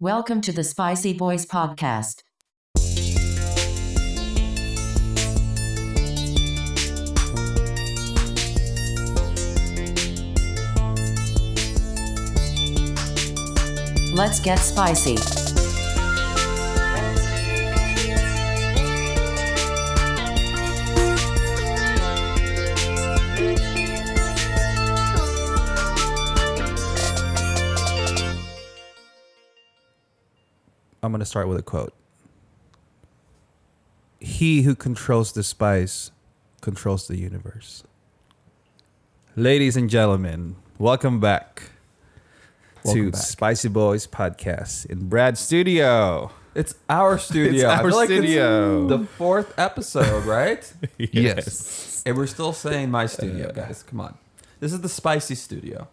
Welcome to the Spicy Boys Podcast. Let's get spicy. I'm going to start with a quote. He who controls the spice controls the universe. Ladies and gentlemen, welcome back Welcome to back. Spicy Boys Podcast in Brad's studio. It's our studio. It's I our feel like it's studio. the fourth episode, right? Yes. and we're still saying my studio, guys. Come on. This is the spicy studio.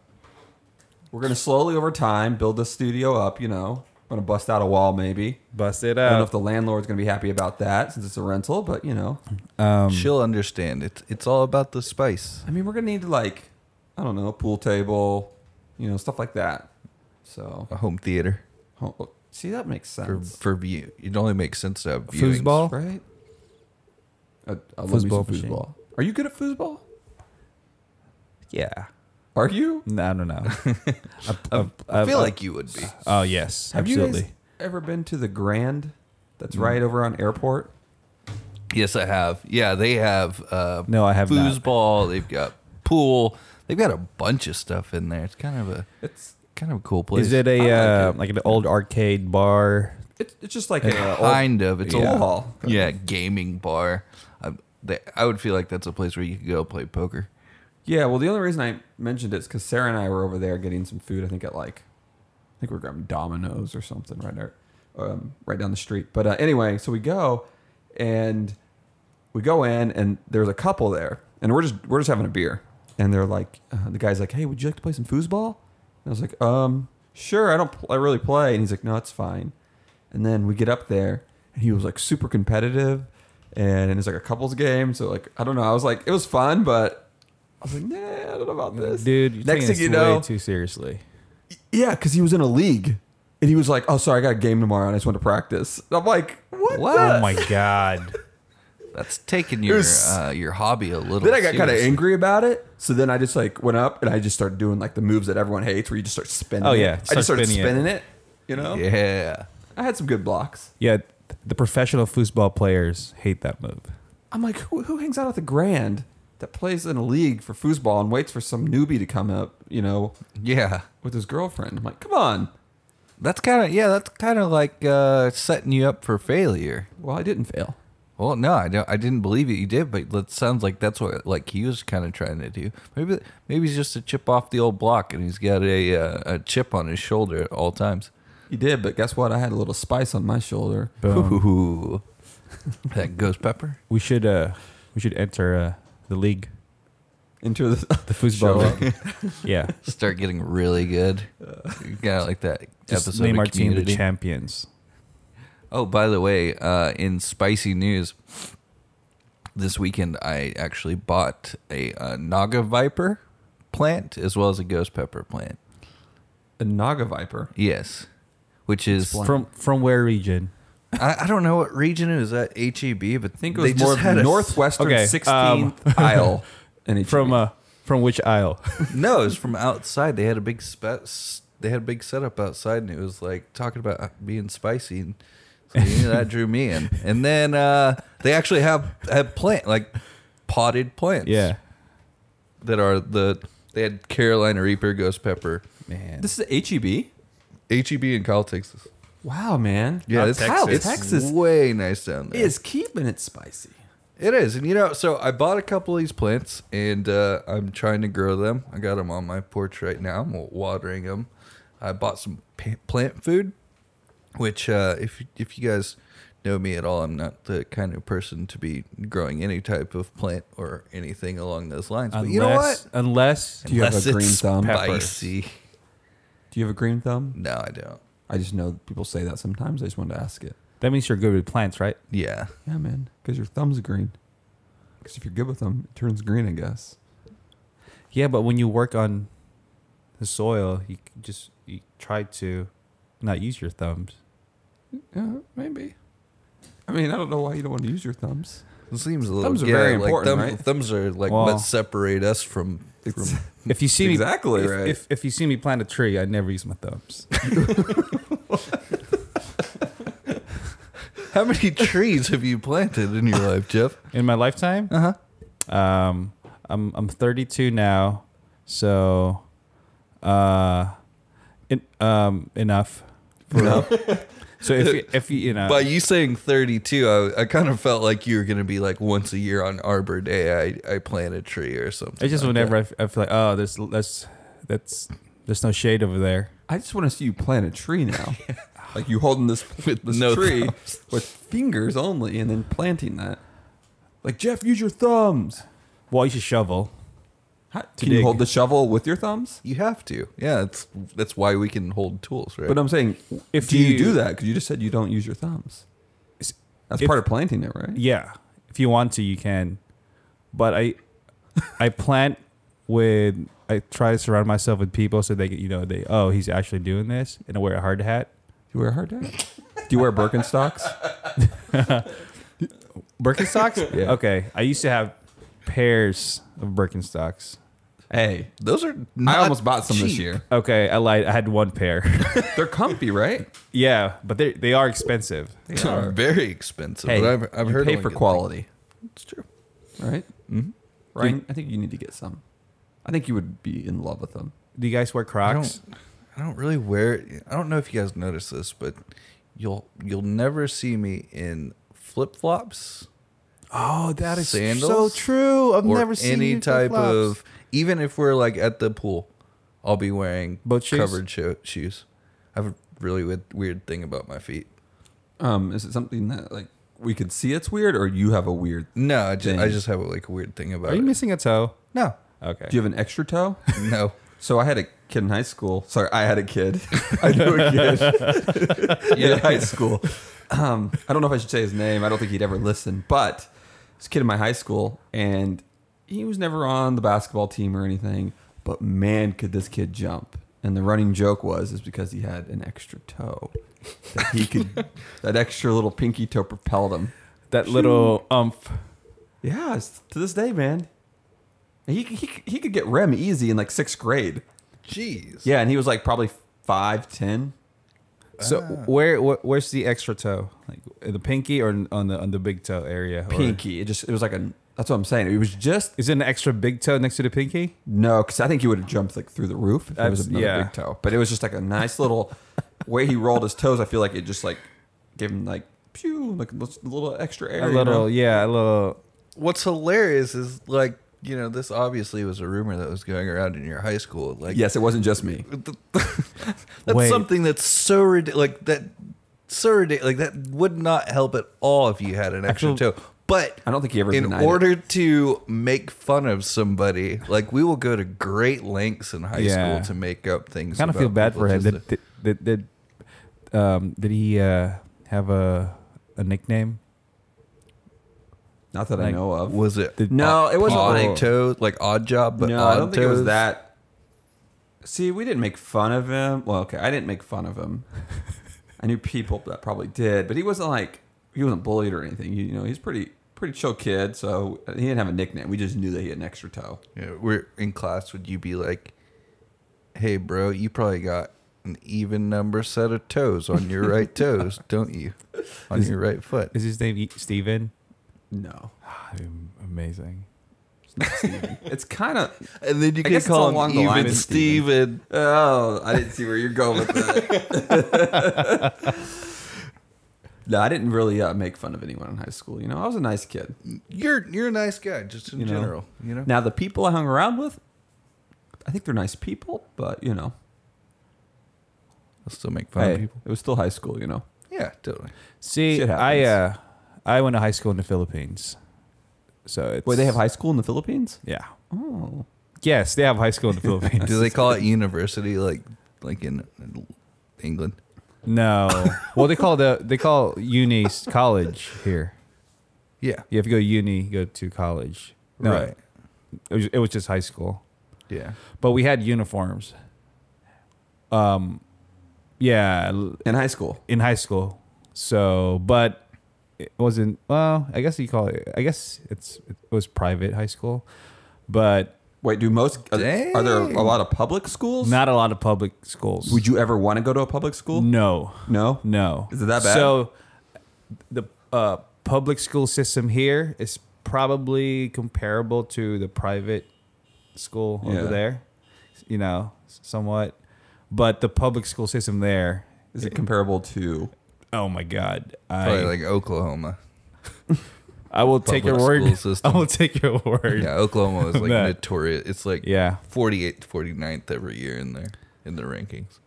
We're gonna slowly over time build this studio up. You know, I'm gonna bust out a wall maybe. Bust it I don't know if out. the landlord's gonna be happy about that since it's a rental, but you know, Hmm. She'll understand. It, it's all about the spice. I mean, we're gonna need like, I don't know, a pool table, you know, stuff like that. So, A home theater oh, see, that makes for, sense, for view. It only makes sense to have viewings. Foosball? right? I, I love me some Foosball machine. foosball. Are you good at foosball? Yeah. Are you? No, no, no. I, I feel like you would be. Oh, yes. Have absolutely. you guys ever been to the Grand? That's Mm. right over on Airport. Yes, I have. Yeah, they have. Uh, No, I have not. foosball. They've got pool. They've got a bunch of stuff in there. It's kind of a It's kind of a cool place. Is it a I like uh, it. like an old arcade bar? it's, it's just like a uh, old, kind of? It's Yeah. a wall. Yeah, gaming bar. I, they, I would feel like that's a place where you could go play poker. yeah. Well, the only reason I mentioned it is because Sarah and I were over there getting some food. I think at like I think we we're grabbing Domino's or something right there, um, right down the street. But uh, anyway, so we go and we go in and there's a couple there and we're just we're just having a beer and they're like uh, the guy's like hey would you like to play some foosball and i was like um sure i don't pl- i really play and he's like no it's fine and then we get up there and he was like super competitive and it's like a couples game so like i don't know i was like it was fun but i was like nah i don't know about this Dude, you're next taking thing you this way know too seriously. yeah because he was in a league and he was like oh sorry i got a game tomorrow and i just went to practice And i'm like what, the- Oh my god. That's taking your was- uh, your hobby a little. Then I got kind of seriously. angry about it. So then I just like went up and I just started doing like the moves that everyone hates, where you just start spinning. Oh, it. yeah. I Start just started spinning it. spinning it. You know, Yeah. I had some good blocks. Yeah, the professional foosball players hate that move. I'm like, who, who hangs out at the Grand that plays in a league for foosball and waits for some newbie to come up? You know, Yeah. with his girlfriend. I'm like, come on. That's kind of yeah. That's kind of like uh, setting you up for failure. Well, I didn't fail. Well, no, I don't. I didn't believe it. You did, but that sounds like that's what like he was kind of trying to do. Maybe maybe he's just a chip off the old block, and he's got a uh, a chip on his shoulder at all times. You did, but guess what? I had a little spice on my shoulder. Ooh. that ghost pepper. We should uh we should enter uh the league, Into the, the foosball Show league. yeah. Start getting really good. Kind of like that Just episode name of our team the Community. champions. Oh, by the way, uh, in spicy news, this weekend I actually bought a, uh Naga Viper plant as well as a Ghost Pepper plant. a Naga Viper. Yes, which is From from where region? I, I don't know what region it was at HEB, E but I think it they was more just had of a- northwestern Okay, um, 16th aisle. E And it From uh from which aisle? No, it was from outside. They had a big spe- s- they had a big setup outside, and it was like talking about uh, being spicy, and so, you know, that drew me in. And then uh, they actually have have plant like potted plants. yeah. that are the they had Carolina Reaper, Ghost Pepper, Man. this is HEB. HEB in Kyle, Texas. Wow, man. Uh, Yeah, it's, Kyle, it's Texas way nice down there. is keeping it spicy. It is, and you know, so I bought a couple of these plants, and uh, I'm trying to grow them. I got them on my porch right now. I'm watering them. I bought some pa- plant food, which uh, if if you guys know me at all, I'm not the kind of person to be growing any type of plant or anything along those lines. unless but you know what? unless you have a green thumb? spicy. Do you have a green thumb? No, I don't. I just know people say that sometimes. I just wanted to ask it. that means you're good with plants, right? Yeah. Yeah, man. Because your thumb's green. Because if you're good with them, it turns green, I guess. Yeah, but when you work on the soil, you c- just you try to not use your thumbs. Yeah, maybe. I mean, I don't know why you don't want to use your thumbs. It seems a little. Thumbs are yeah, very like important, thumb- right? Thumbs are like Well- what separate us from. from It's- If you see me Exactly if, right. if, if you see me plant a tree, I never use my thumbs. how many trees have you planted in your life, Jeff? In my lifetime, Uh um, I'm I'm 32 now, so uh, in, um, enough. For, So if you, if you you know By you saying 32, I, I kind of felt like you were going to be like once a year on Arbor Day, I, I plant a tree or something. It's just whenever I f I I, feel like, oh, there's that's that's there's no shade over there. I just want to see you plant a tree now. Like you holding this with this no tree with fingers only, and then planting that. Like Jeff, use your thumbs. Well, you should shovel. How, can you dig. hold the shovel with your thumbs? You have to. Yeah, it's, that's why we can hold tools, right? But um, I'm saying, If if do you, you- do that? Because you just said you don't use your thumbs. It's- That's if- part of planting it, right? Yeah, if you want to, you can. But I I plant with I try to surround myself with people so they get you know they oh he's actually doing this and I wear a hard hat. Do you wear a hard hat? do you wear Birkenstocks? Birkenstocks? Yeah. Okay, I used to have pairs of Birkenstocks. Hey, Those are. I Not almost bought some this cheap. year. Okay, I lied. I had one pair. They're comfy, right? yeah, but they they are expensive. They are very expensive. Hey, but I've, I've you heard pay one for good quality, thing. It's true. right? Mm-hmm. Ryan, I think you need to get some. I think you would be in love with them. Do you guys wear I Crocs? don't, I don't really wear. I don't know if you guys notice this, but you'll you'll never see me in flip flops Oh, that is Sandals? so true. I've or never seen any you in type flip-flops. of. Even if we're like at the pool, I'll be wearing Boat shoes? covered sho- shoes. I have a really weird, weird thing about my feet. Um, is it something that like we could see it's weird, or you have a weird? No, I just, I Dang. just have like a weird thing about Are you it. missing a toe? no, Okay. Do you have an extra toe? no. So I had a kid in high school. Sorry, I had a kid. I knew a kid in high school. Um, I don't know if I should say his name. I don't think he'd ever listen. But this kid in my high school, and he was never on the basketball team or anything. But man, could this kid jump! And the running joke was is because he had an extra toe that he could that extra little pinky toe propelled him. that little umph. Yeah, it's to this day, man. And He, he, he could get rem easy in like sixth grade. Jeez. Yeah, and he was like probably five ten. So where, where where's the extra toe? Like the pinky or on the on the big toe area? or- Pinky. It just it was like a. That's what I'm saying. It was just Is it an extra big toe next to the pinky? no, because I think he would have jumped like through the roof. If it was That's- another yeah. big toe, but it was just like a nice little way he rolled his toes. I feel like it just like gave him like pew, like a little extra air. A you know? little, yeah, a little. What's hilarious is like you know this obviously was a rumor that was going around in your high school. Like Yes, it wasn't just me. That's Wait. something that's so ridiculous. Like that, so ridiculous. Like that would not help at all if you had an extra Actual- toe. But I don't think he ever in denied it. order to make fun of somebody, like we will go to great lengths in high Yeah. school to make up things. Kind of about feel bad people for him. just Did, did, did, did, um, did he uh, have a a nickname? Not that I Like, know to- of. was it Did- no, it wasn't odd like- toe like odd job? But no, odd I don't think it was toes? that. See, we didn't make fun of him. Well, okay, I didn't make fun of him. I knew people that probably did, but he wasn't like he wasn't bullied or anything. You, you know, he's pretty pretty chill kid. So he didn't have a nickname. We just knew that he had an extra toe. You know, we're in class. Would you be like, "Hey, bro, you probably got an even number set of toes on your right toes, don't you? On your right foot." Is his name E- Steven? No, Amazing. it's kind of. And then you I can guess it's call him along the lines even of Steven. Oh, I didn't see where you're going with that. no, I didn't really uh, make fun of anyone in high school. You know, I was a nice kid. You're you're a nice guy, just in you know? general. You know. Now the people I hung around with, I think they're nice people, but you know, I'll still make fun hey, of people. it was still high school. You know, Yeah, totally. See, Shit I uh, happens. I went to high school in the Philippines, so it's, wait, they have high school in the Philippines? yeah. Oh, Yes, they have high school in the Philippines. Do they call it university like like in England? No. well, they call the they call uni s- college here. Yeah. You have to go to uni, go to college. No, Right. It was, it was just high school, Yeah. but we had uniforms. Um, yeah, l- in high school. in high school. So, but it wasn't. Well, I guess you call it. I guess it's it was private high school, but Wait, do most are, are there Dang. a lot of public schools? not a lot of public schools. Would you ever want to go to a public school? No, No. no. Is it that bad? So, the uh, public school system here is probably comparable to the private school Yeah. over there. You know, somewhat, but the public school system there. Is it comparable to? Oh my God! I Probably like Oklahoma. I will take your public word. school I system. will take your word. Yeah, Oklahoma is like That- notorious. It's like Yeah. 48 to 49th every year in there in the rankings.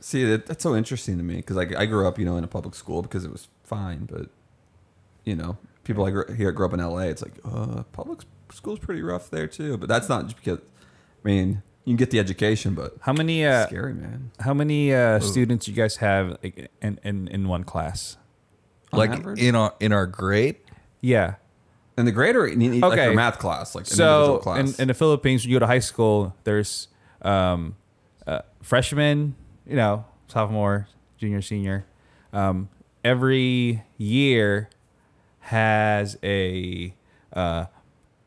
See, that, that's so interesting to me because like I grew up, you know, in a public school because it was fine, but you know, people I grew, here grew up in L.A. It's like uh, public school's pretty rough there too, but that's not just because. I mean, you can get the education, but How many uh, scary man. how many uh, students you guys have like, in, in in one class? On like average? in our in our grade, Yeah. And the grader, you need like Okay. your math class, like an individual So in, class. in the Philippines, when you go to high school, there's um, uh, freshman, you know, sophomore, junior, senior. Um, every year has a uh,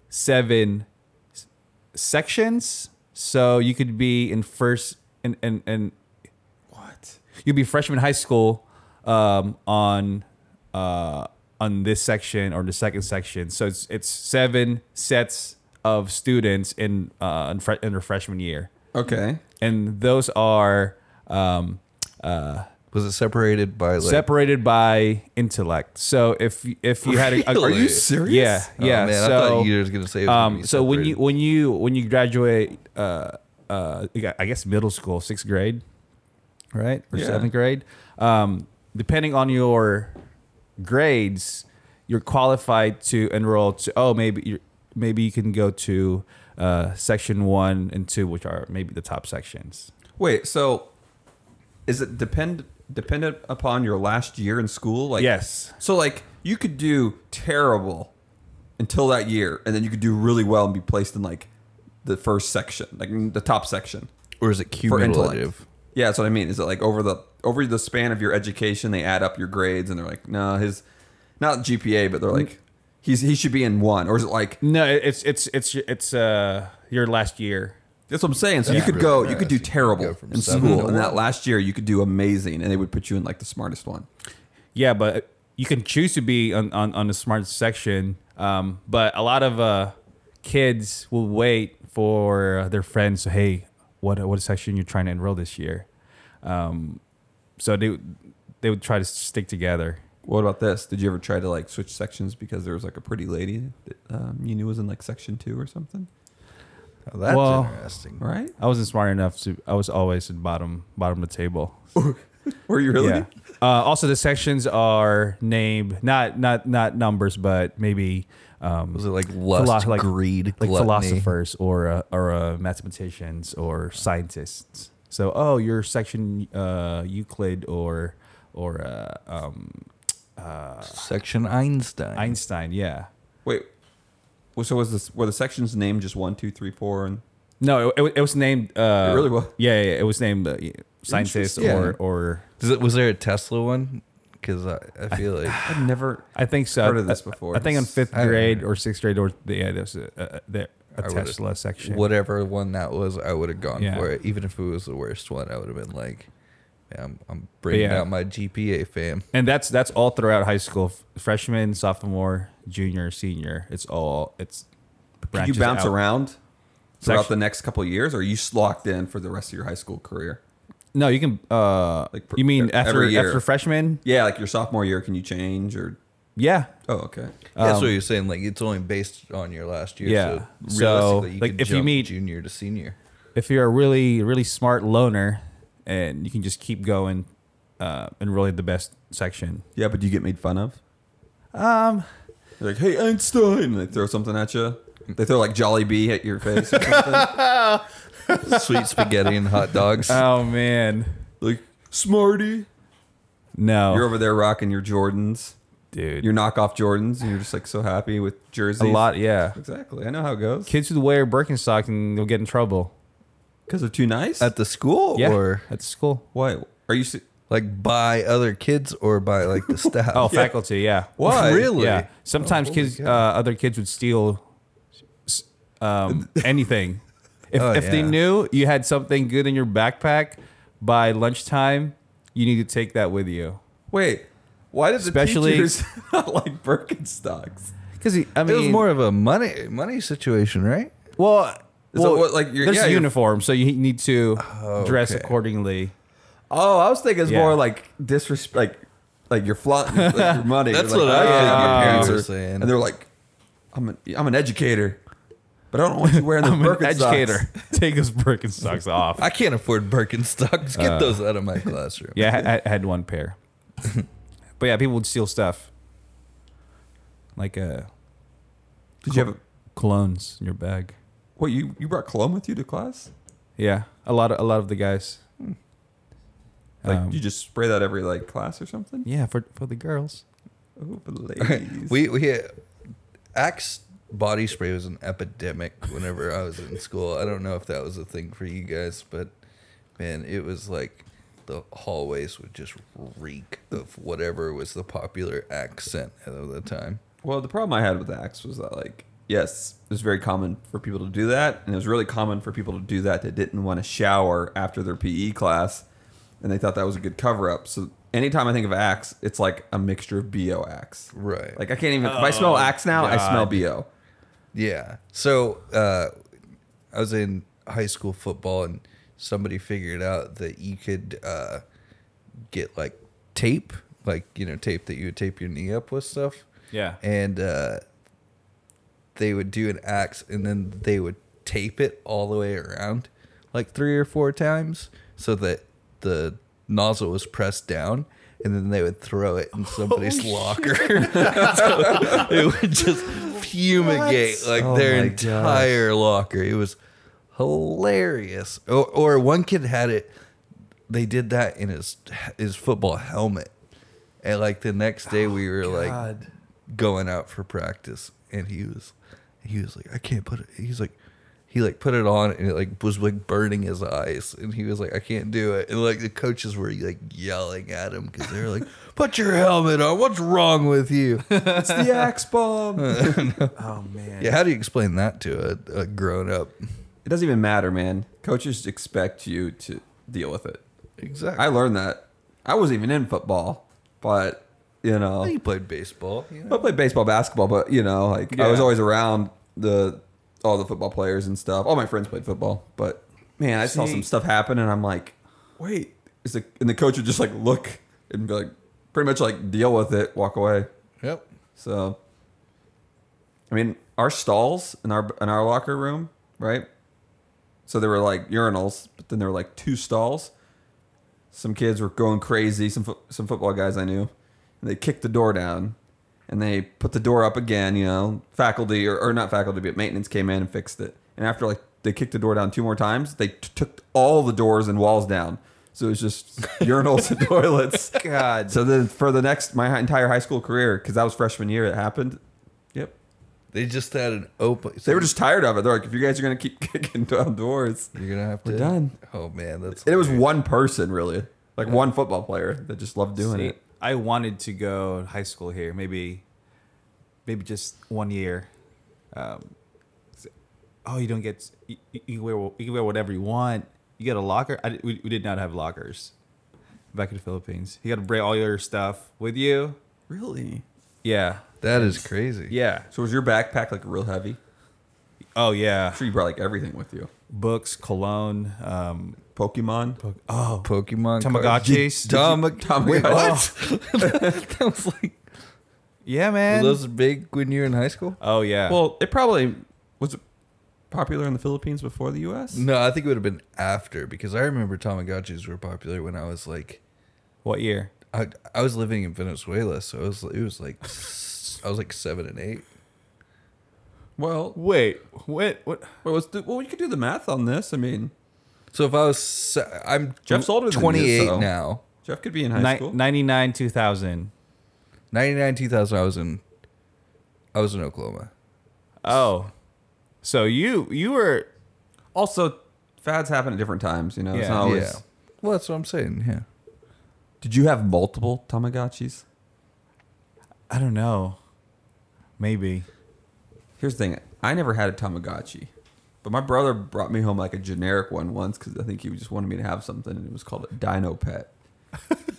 seven s- sections, so you could be in first and and and what? you'll be freshman high school um, on uh, on this section or the second section. So it's it's seven sets of students in uh, in, fre- in their freshman year, Okay. and those are um, was it separated by like separated by intellect. So if if you had a, Really? Are you serious? Yeah, Oh, yeah. man, so, I thought you were just gonna say. It was gonna um, be so when you separated. when you when you graduate uh uh you got- i guess middle school sixth grade right or Yeah. seventh grade um depending on your grades you're qualified to enroll to oh maybe you maybe you can go to uh section one and two which are maybe the top sections Wait, so is it depend dependent upon your last year in school? Like Yes. So like you could do terrible until that year, and then you could do really well and be placed in like the first section, like in the top section or is it for intellect. cumulative? Yeah, that's what I mean. Is it like over the over the span of your education, they add up your grades, and they're like, no, his not GPA, but they're like, he's he should be in one, or is it like no it- it's it's it's it's uh your last year That's what I'm saying. So you Yeah. could go, Yeah, you could so do you could terrible go from in seven to school, one. and that last year you could do amazing, and they would put you in like the smartest one. Yeah, but you can choose to be on, on, on the smart section. Um, but a lot of uh, kids will wait for their friends. So, hey, what what section you're trying to enroll this year? Um, so they they would try to stick together. What about this? Did you ever try to like switch sections because there was like a pretty lady that um, you knew was in like section two or something? Oh, that's Well- interesting. Right? I wasn't smart enough to. I was always at bottom bottom of the table. Were you really? Yeah. Uh, also, the sections are named not not not numbers, but maybe um, Was it like lust, philo- like- greed, like gluttony? philosophers or uh, or uh, mathematicians or scientists. So, oh, your section uh, Euclid or or uh, um, Section Einstein. Einstein, yeah. Wait. Well, so was this were the sections named just one, two, three, four, and No, it, it, wa- it was named. Uh, It really was? Yeah, yeah, it was named uh, scientist Interesting. or or Does it, was there a Tesla one? Because I, I feel like I've never. I think so. Heard of this I- before. I, think in fifth I don't grade know. or sixth grade or yeah, there's a, a, there- a I would've- Tesla section. whatever one that was, I would have gone Yeah. for it. Even if it was the worst one, I would have been like, "Man, I'm, I'm bringing yeah. out my GPA, fam." and that's that's all throughout high school, f- freshman, sophomore, junior, senior. It's all it's. Did you branches bounce out. around throughout Section- the next couple of years, or are you slocked in for the rest of your high school career? No, you can. Uh, Like, you mean every after year. after freshman? Yeah, like your sophomore year, can you change or? Yeah, Oh, okay. That's what you're saying. Like it's only based on your last year. Um, Yeah. So, So, realistically, you like, can if you jump meet- junior to senior, if you're a really really smart loner, and you can just keep going, uh, and really the best section. Yeah, but do you get made fun of? Um, like, hey Einstein, and they throw something at you. They throw like Jolly Bee at your face. Or something. sweet spaghetti and hot dogs. Oh man, like Smarty, no, you're over there rocking your Jordans, dude, your knockoff Jordans, and you're just like so happy with jerseys. a lot. Yeah, exactly. I know how it goes. kids who wear Birkenstock and they'll get in trouble Because they're too nice. At the school yeah, or at school. Why? Are you? se- like by other kids or by like the staff. Oh, faculty, yeah. Why? Really? Yeah. Sometimes Oh, holy kids, uh, cow. other kids would steal s- um, anything. If, Oh, if they yeah. knew you had something good in your backpack by lunchtime, you need to take that with you. Wait, why did the Especially- teachers not like Birkenstocks? Because I mean, it was more of a money money situation, right? well. So well, what, like, your- there's yeah, a your- uniform, so you need to dress Oh, Okay. accordingly. Oh, I was thinking it's Yeah. more like disrespect, like like you're flaunting like your money. That's You're like, what I "Oh, think yeah, your my parents are- were saying. and they're like, "I'm an, I'm an educator, but I don't want you wearing the I'm an Birkenstocks." educator. Take those Birkenstocks off. I can't afford Birkenstocks. Get those out of my classroom. Uh, Yeah, I, I had one pair. but yeah, people would steal stuff, like uh, Did you have a, clones in your bag. what you you brought cologne with you to class? Yeah, a lot of a lot of the guys. Like Um, you just spray that every like class or something? Yeah, for for the girls. Oh, the ladies. We we had, Axe body spray was an epidemic whenever I was in school. I don't know if that was a thing for you guys, but man, it was like the hallways would just reek of whatever was the popular accent of the time. Well, the problem I had with Axe was that, like, yes, it was very common for people to do that, and it was really common for people to do that that didn't want to shower after their PE class, and they thought that was a good cover up. So anytime I think of Axe, it's like a mixture of BO Axe. Right. Like I can't even. if I smell Axe now, I smell BO. Yeah. So uh, I was in high school football, and somebody figured out that you could uh, get like tape, like you know, tape that you would tape your knee up with stuff. Yeah. And uh, they would do an axe, and then they would tape it all the way around, like three or four times, so that the nozzle was pressed down. And then they would throw it in somebody's locker. So it would just fumigate like Oh their my gosh. entire locker. It was hilarious. Or, or one kid had it. They did that in his his football helmet, and like the next day we were Oh, God. like going out for practice, and he was he was like, I can't put it. He's like. He like put it on and it like was like burning his eyes and he was like I can't do it and like the coaches were like yelling at him because they were like put your helmet on what's wrong with you It's the Axe bomb. Oh man. yeah, how do you explain that to a, a grown up? it doesn't even matter, man. Coaches expect you to deal with it. Exactly. I learned that. I wasn't even in football, but you know, he played baseball. you know? I played baseball, basketball, but you know, like I was always around the all the football players and stuff. All my friends played football, but man, I saw See- some stuff happen, and I'm like, wait, is the and the coach would just like look and be like, pretty much like deal with it, walk away. Yep. So, I mean, our stalls in our in our locker room, right? So there were like urinals, but then there were like two stalls. Some kids were going crazy. Some fo- some football guys I knew, and they kicked the door down, and they put the door up again. You know, faculty or, or not faculty, but maintenance came in and fixed it. And after like they kicked the door down two more times, they t- took all the doors and walls down. So it was just urinals and toilets. God. So then for the next my entire high school career, because that was freshman year, it happened. Yep. They just had an open. They were just tired of it. They're like, if you guys are gonna keep kicking down doors, You're gonna have to. We're done. Oh man, that's. it was hilarious. one person really, like one football player that just loved doing See, it. I wanted to go to high school here, maybe, maybe just one year. Um, oh, you don't get you, you can wear you can wear whatever you want. You get a locker. I, di- we, we did not have lockers back in the Philippines. You got to bring all your stuff with you. Really? Yeah, That is crazy. yeah. So was your backpack like real heavy? Oh yeah. I'm sure you brought like everything with you. Books, cologne. Um, Pokemon. oh, Pokemon. cards. Tamagotchis. Um, Tom. Wait, Tamagotchi. what? that was like. Oh, yeah, Were man. those big when you were in high school? Uh, oh yeah. Well, it probably was it popular in the Philippines before the U.S. No, I think it would have been after because I remember Tamagotchis were popular when I was like, what year? I, I was living in Venezuela, so it was it was like, s- I was like seven and eight. Well, Wait, what? What? well, let's do, well, you could do the math on this. I mean, So if I was, se- I'm Jeff's older than you, 28 so- now. Jeff could be in high school. Ni- Ninety nine, two thousand. 99 2000 i was in i was in oklahoma Oh, so you you were also, fads happen at different times. You know, it's Yeah. not always. yeah well that's what i'm saying yeah Did you have multiple Tamagotchis? I don't know. Maybe. Here's the thing. I never had a Tamagotchi, but my brother brought me home like a generic one once because I think he just wanted me to have something, and it was called a Dino Pet,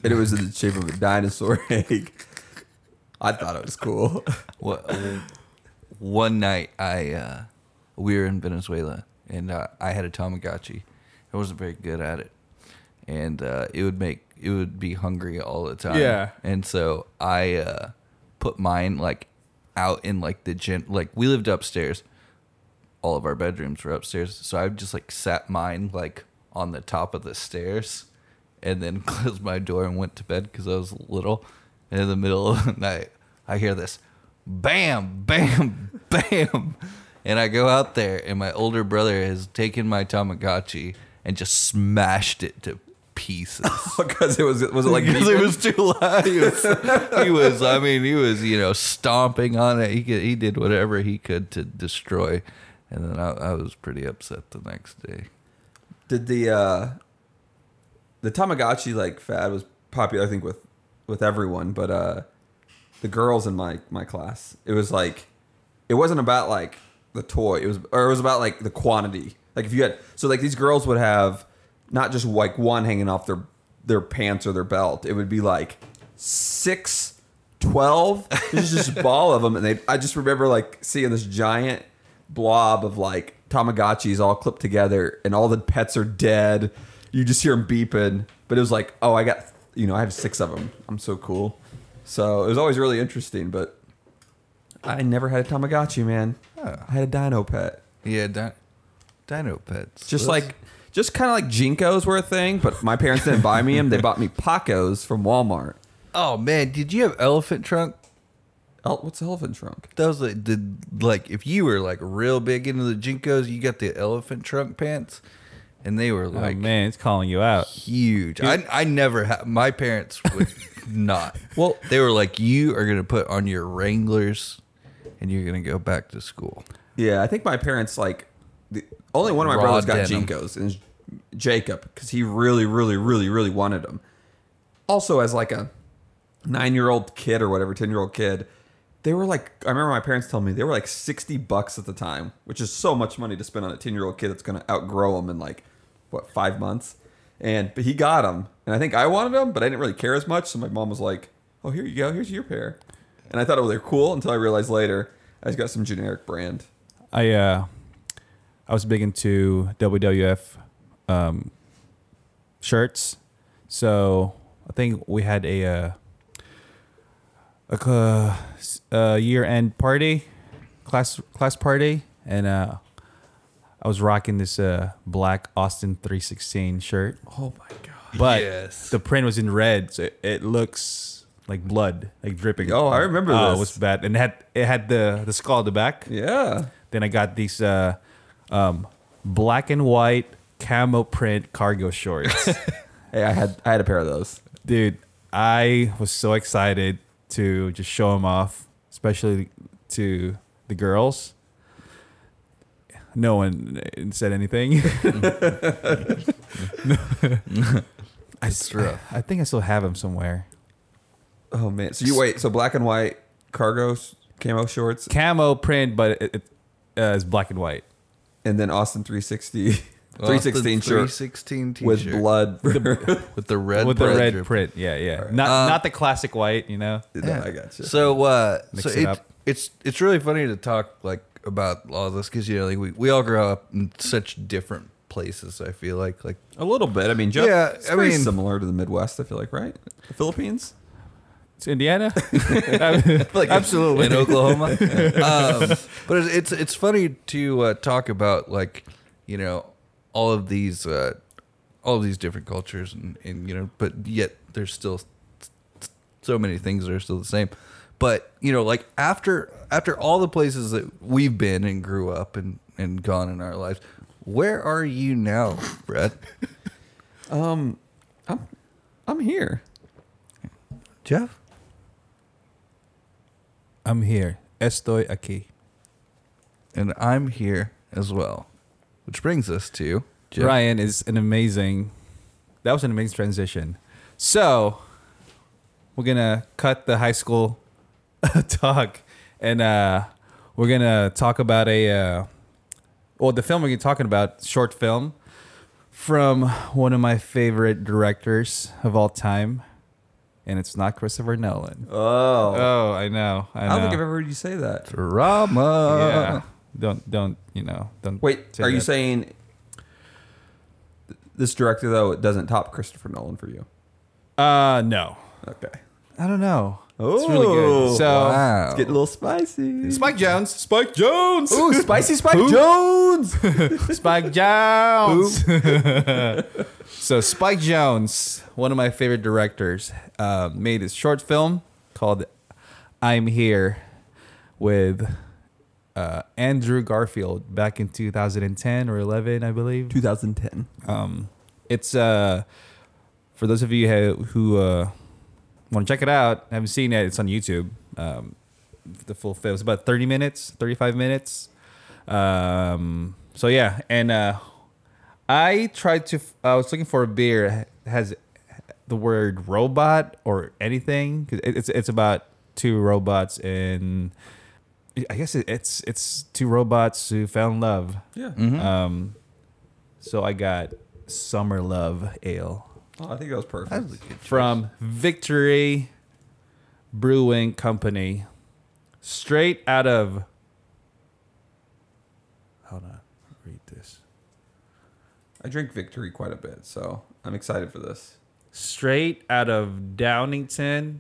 and it was in the shape of a dinosaur egg. I thought it was cool. Wha- one night I uh, we were in Venezuela and uh, I had a Tamagotchi. I wasn't very good at it, and uh, it would make it would be hungry all the time. Yeah. and so I uh, put mine like out in like the gym. Like we lived upstairs, all of our bedrooms were upstairs. So I just like sat mine like on the top of the stairs and then closed my door and went to bed because I was little. And in the middle of the night, I hear this bam, bam, bam. And I go out there, and my older brother has taken my Tamagotchi and just smashed it to pieces. Because it was was it like Because it vegan? was too loud. He was, he was, I mean, he was, you know, stomping on it. He could, he did whatever he could to destroy, and then I, I was pretty upset the next day. Did the uh the Tamagotchi like fad was popular I think with with everyone, but uh the girls in my my class, it was like it wasn't about like the toy, it was or it was about like the quantity. Like if you had so like these girls would have not just like one hanging off their their pants or their belt. It would be like six 12 there's just a ball of them and they i just remember like seeing this giant blob of like tamagotchis all clipped together and all the pets are dead you just hear them beeping but it was like oh i got you know i have six of them i'm so cool so it was always really interesting but i never had a tamagotchi man i had a dino pet Yeah, di- Dino Pets. just Those- like just kind of like jinkos were a thing but my parents didn't buy me them they bought me pacos from walmart oh man, did you have elephant trunk? oh what's elephant trunk That was like, did like if you were like real big into the jinkos, you got the elephant trunk pants, and they were Oh like man, it's calling you out. huge. I I never had. My parents would not. Well- they were like, you are gonna put on your Wranglers, and you're gonna go back to school. Yeah, I think my parents like the, only one of my Raw brothers got denim. Jinkos and it's Jacob because he really, really, really, really wanted them. Also, as like a nine-year-old kid or whatever, ten-year-old kid, they were like I remember my parents telling me they were like sixty bucks at the time, which is so much money to spend on a ten-year-old kid that's going to outgrow them in like what five months. And but he got them, and I think I wanted them, but I didn't really care as much. So my mom was like, "Oh, here you go. Here's your pair." And I thought, oh, they're cool until I realized later I just got some generic brand. I uh, I was big into WWF um, shirts, so I think we had a uh, a, cl- a year end party, class class party, and uh, I was rocking this uh, black Austin three sixteen shirt, Oh my god. but Yes. the print was in red, so it, it looks like blood, like dripping. Oh, I remember Oh, this. it was bad, and it had it had the the skull at the back. Yeah. Then I got these uh, um, black and white camo print cargo shorts. Hey, I had I had a pair of those. Dude, I was so excited to just show them off, especially to the girls. No one uh, said anything. I, s- rough. I think I still have them somewhere. Oh man. So you wait. So black and white cargo s- camo shorts, Camo print, but it, it uh, is black and white. and then Austin 360, 316 Three shirt sixteen t-shirt with blood. with the red With the bread red drip. print, yeah, yeah, not Uh, not the classic white, you know. No, I got you. So, uh, Mix so it it up. it's it's really funny to talk like about all this because you know like we, we all grow up in such different places. I feel like like a little bit. I mean, Jeff, Yeah, it's I pretty mean- similar to the Midwest. I feel like, right? The Philippines. It's Indiana. like absolutely in Oklahoma. um, but it's, it's it's funny to uh, talk about like you know all of these uh, all of these different cultures and, and you know, but yet there's still so many things that are still the same. But you know, like after after all the places that we've been and grew up and and gone in our lives, where are you now, Brett? I'm here. Jeff? I'm here. Estoy aquí. And I'm here as well. Which brings us to Jeff. Ryan is an amazing. That was an amazing transition. So we're gonna cut the high school talk, and uh, we're gonna talk about a uh, well, the film we're gonna be talking about, short film from one of my favorite directors of all time, and it's not Christopher Nolan. Oh, Oh, I know. I, I know. don't think I've ever heard you say that. Yeah. Drama. Don't don't you know? Don't Wait, are you that. saying th- this director though it doesn't top Christopher Nolan for you? Uh, no. Okay, I don't know. it's really good. Oh, So Wow. it's getting a little spicy. Spike Jones. Spike Jones. Ooh, spicy Spike Who? Jones. Spike Jones. so Spike Jones, one of my favorite directors, uh, made this short film called "I'm Here" with uh, Andrew Garfield back in 2010 or 11, I believe. 2010. Um, it's uh, for those of you who, who uh, want to check it out, haven't seen it, it's on YouTube. Um, the full film. It's about 30 minutes, 35 minutes. Um, so yeah, and uh, I tried to. f- I was looking for a beer that has the word robot or anything 'cause it- it's it's about two robots and I guess it, it's it's two robots who fell in love. Yeah, Um, so I got Summer Love Ale oh, I think that was perfect. from Victory Brewing Company, straight out of. Hold on, read this. I drink Victory quite a bit, so I'm excited for this. Straight out of Downington,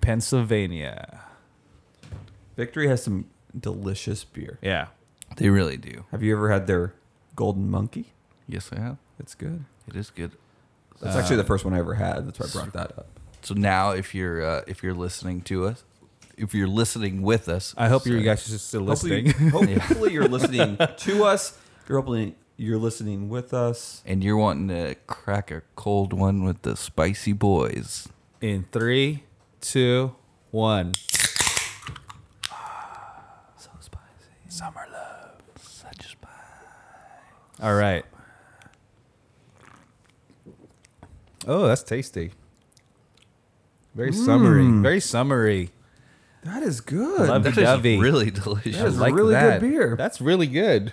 Pennsylvania. Victory has some delicious beer. Yeah, They really do. Have you ever had their Golden Monkey? Yes, I have. It's good. It is good. That's actually the first one I ever had. That's why I brought that up. So now, if you're uh, if you're listening to us, if you're listening with us, I hope you sorry. guys are still Hopefully, listening. hopefully you're listening to us. You're hopefully you're listening with us. and you're wanting to crack a cold one with the spicy boys. In three, two, one. So spicy, Summer Love. such spice. All right. Oh, that's tasty. Very summery. Very summery. That is good. Love- That is Dovey. really delicious. That is I like really good that. beer. That's really good.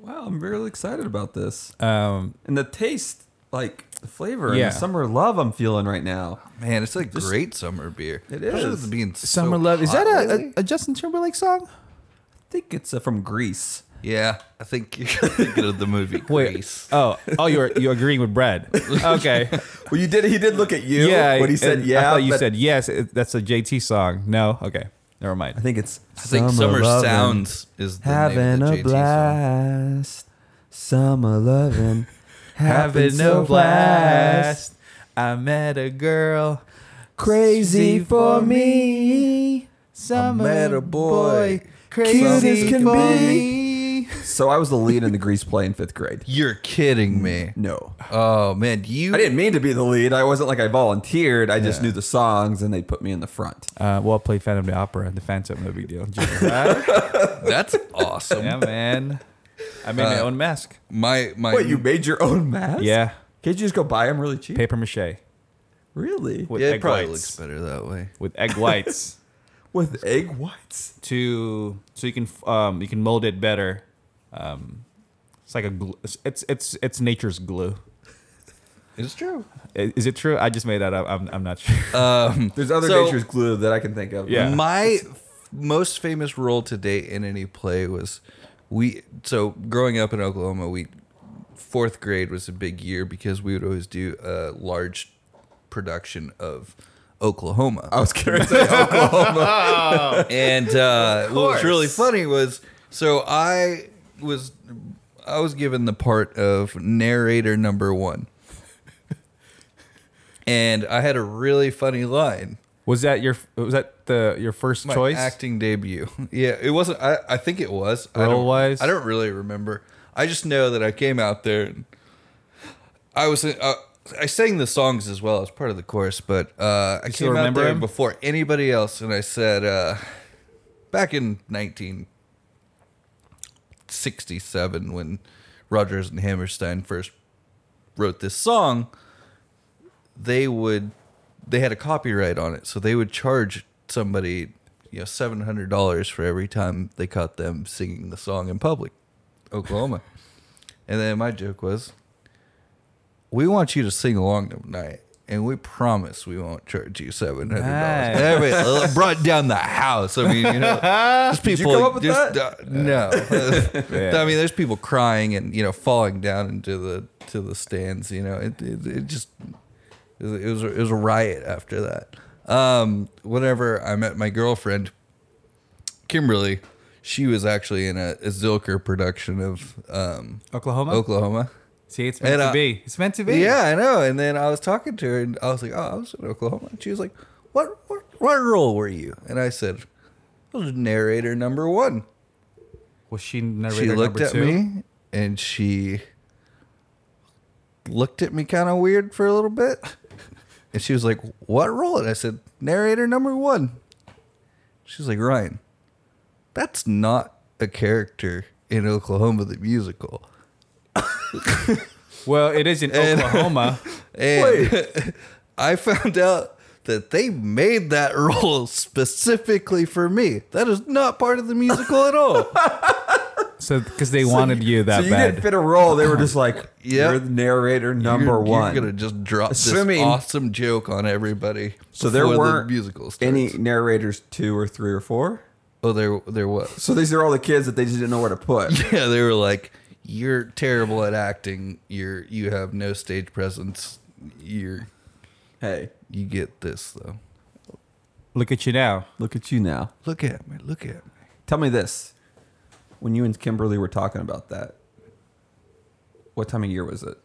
wow, I'm really excited about this. um, And the taste, like the flavor Yeah. and the summer love I'm feeling right now. Man, it's a great summer beer. It Especially is. with it being Summer so Love. Is hot that a, lately. a, a Justin Timberlake song? I think it's uh, from Greece. Yeah, I think you're thinking of the movie Grease. Oh, oh, you're you're agreeing with Brad. Okay. Well, you did. He did look at you. yeah. when he said and yeah. I thought you but said yes. it- that's a JT song. No. Okay. Never I mind. think it's. I think Summer, lovin', Sounds is the having name of the a JT song. blast. Summer loving, having so blast. I met a girl. Crazy for me. Summer met a boy, crazy Cute as for can be. So I was the lead in the Grease play in fifth grade. You're kidding me. No. Oh man, you I didn't mean to be the lead. I wasn't like I volunteered. I just Yeah. knew the songs and they put me in the front. Uh, well, I played Phantom of the Opera and the Phantom, no big deal. that's awesome. Uh, yeah, man. I made my own mask. My my Wait, you made your own mask? Yeah, Can't you just go buy them really cheap? paper mache Really? with yeah, it egg probably whites. looks better that way. With egg whites With egg whites? to so you can um you can mold it better. Um, it's like a gl- it's it's it's nature's glue. It's true. I- Is it true? I just made that up. I'm I'm not sure. Um, There's other so- nature's glue that I can think of. Yeah. My f- most famous role to date in any play was we. So growing up in Oklahoma, we fourth grade was a big year because we would always do a large production of Oklahoma. I was going to say Oklahoma. and uh, what course. was really funny was so I was I was given the part of narrator number one, and I had a really funny line. was that your was that the your first My choice? acting debut. Yeah, it wasn't. I, I think it was. I Role don't- wise? I don't really remember. I just know that I came out there and I was. Uh, I sang the songs as well as part of the chorus, but uh, I still came out remember there them? before anybody else, and I said, uh, back in 1967, when Rogers and Hammerstein first wrote this song, they would they had a copyright on it, so they would charge somebody you know seven hundred dollars for every time they caught them singing the song in public, Oklahoma. and then my joke was, we want you to sing along tonight. And we promise we won't charge you seven hundred Nice. dollars. Everybody uh, brought down the house. I mean, you know, there's people come up with just, that? uh, no. I mean, there's people crying and you know falling down into the to the stands. You know, it it, it just it was it was a, it was a riot after that. Um, whenever I met my girlfriend, Kimberly, she was actually in a, a Zilker production of um, Oklahoma. Oklahoma. See, it's meant And, to uh, be. It's meant to be. Yeah, I know. And then I was talking to her, and I was like, "Oh, I was in Oklahoma." And she was like, "What what, what role were you?" And I said, "I was narrator number one." Was she narrator she looked number at two? me and she looked at me kind of weird for a little bit. And she was like, What role? And I said, Narrator number one. She's like, Ryan, that's not a character in Oklahoma the musical. Well, it is in And- Oklahoma. And I found out that they made that role specifically for me. That is not part of the musical at all. So, because they wanted you that so you bad. didn't fit a role. They were just like, Yep. you're the narrator number you're, one. You're gonna just drop Assuming- this awesome joke on everybody. so there before the weren't musical starts. any narrators two or three or four. Oh, there there was. So these are all the kids that they just didn't know where to put. Yeah, they were like, "You're terrible at acting. You're you have no stage presence. You're hey, you get this though. Look at you now. look at you now. Look at me. Look at me. Tell me this: when you and Kimberly were talking about that, what time of year was it?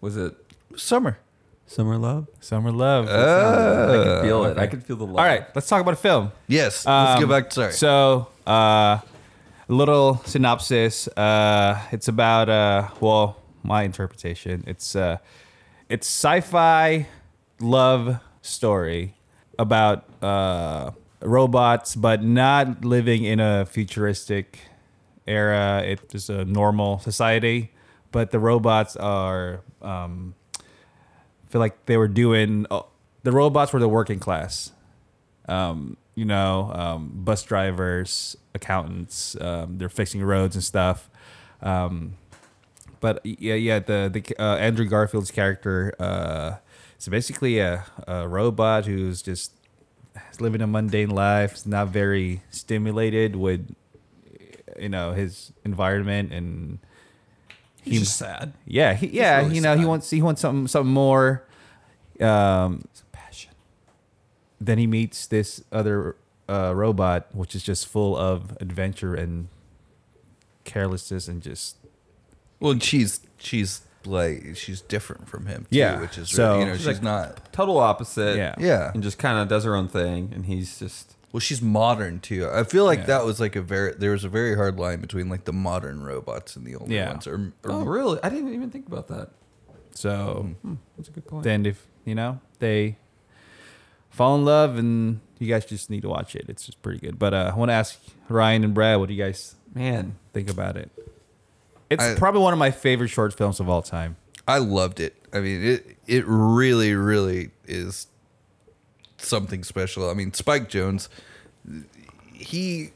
Was it Summer. summer love? Summer love. Uh, I could feel it. I could feel the love. All right, let's talk about a film. Yes. let's Um, go back. to Sorry. So, uh, little synopsis. Uh, it's about uh, well, my interpretation. It's uh, it's sci-fi love story about uh, robots, but not living in a futuristic era. It's just a normal society, but the robots are. Um, feel like they were doing. Uh, the robots were the working class um, you know, um, bus drivers, accountants. Um, they're fixing roads and stuff. Um, but yeah, yeah, the the uh, Andrew Garfield's character uh, is basically a, a robot who's just living a mundane life. He's not very stimulated with you know his environment and He's just sad. yeah, he, yeah, really you know, he sad. wants he wants something something more. Um, Some passion. then he meets this other uh, robot, which is just full of adventure and carelessness and just well, and she's she's like she's different from him. Too, Yeah, Which is so- you know she's She's like- not. Total opposite. Yeah. Yeah. And just kind of does her own thing, and he's just Well, she's modern too. I feel like Yeah. that was like a very there was a very hard line between like the modern robots and the older Yeah. ones. Or, or oh really? I didn't even think about that. so. That's a good point. Then if you know they fall in love, and you guys just need to watch it. It's just pretty good. But uh, I want to ask Ryan and Brad, what do you guys Man, think about it? It's I- probably one of my favorite short films of all time. I loved it. I mean, it it really, really is something special. I mean, Spike Jones, he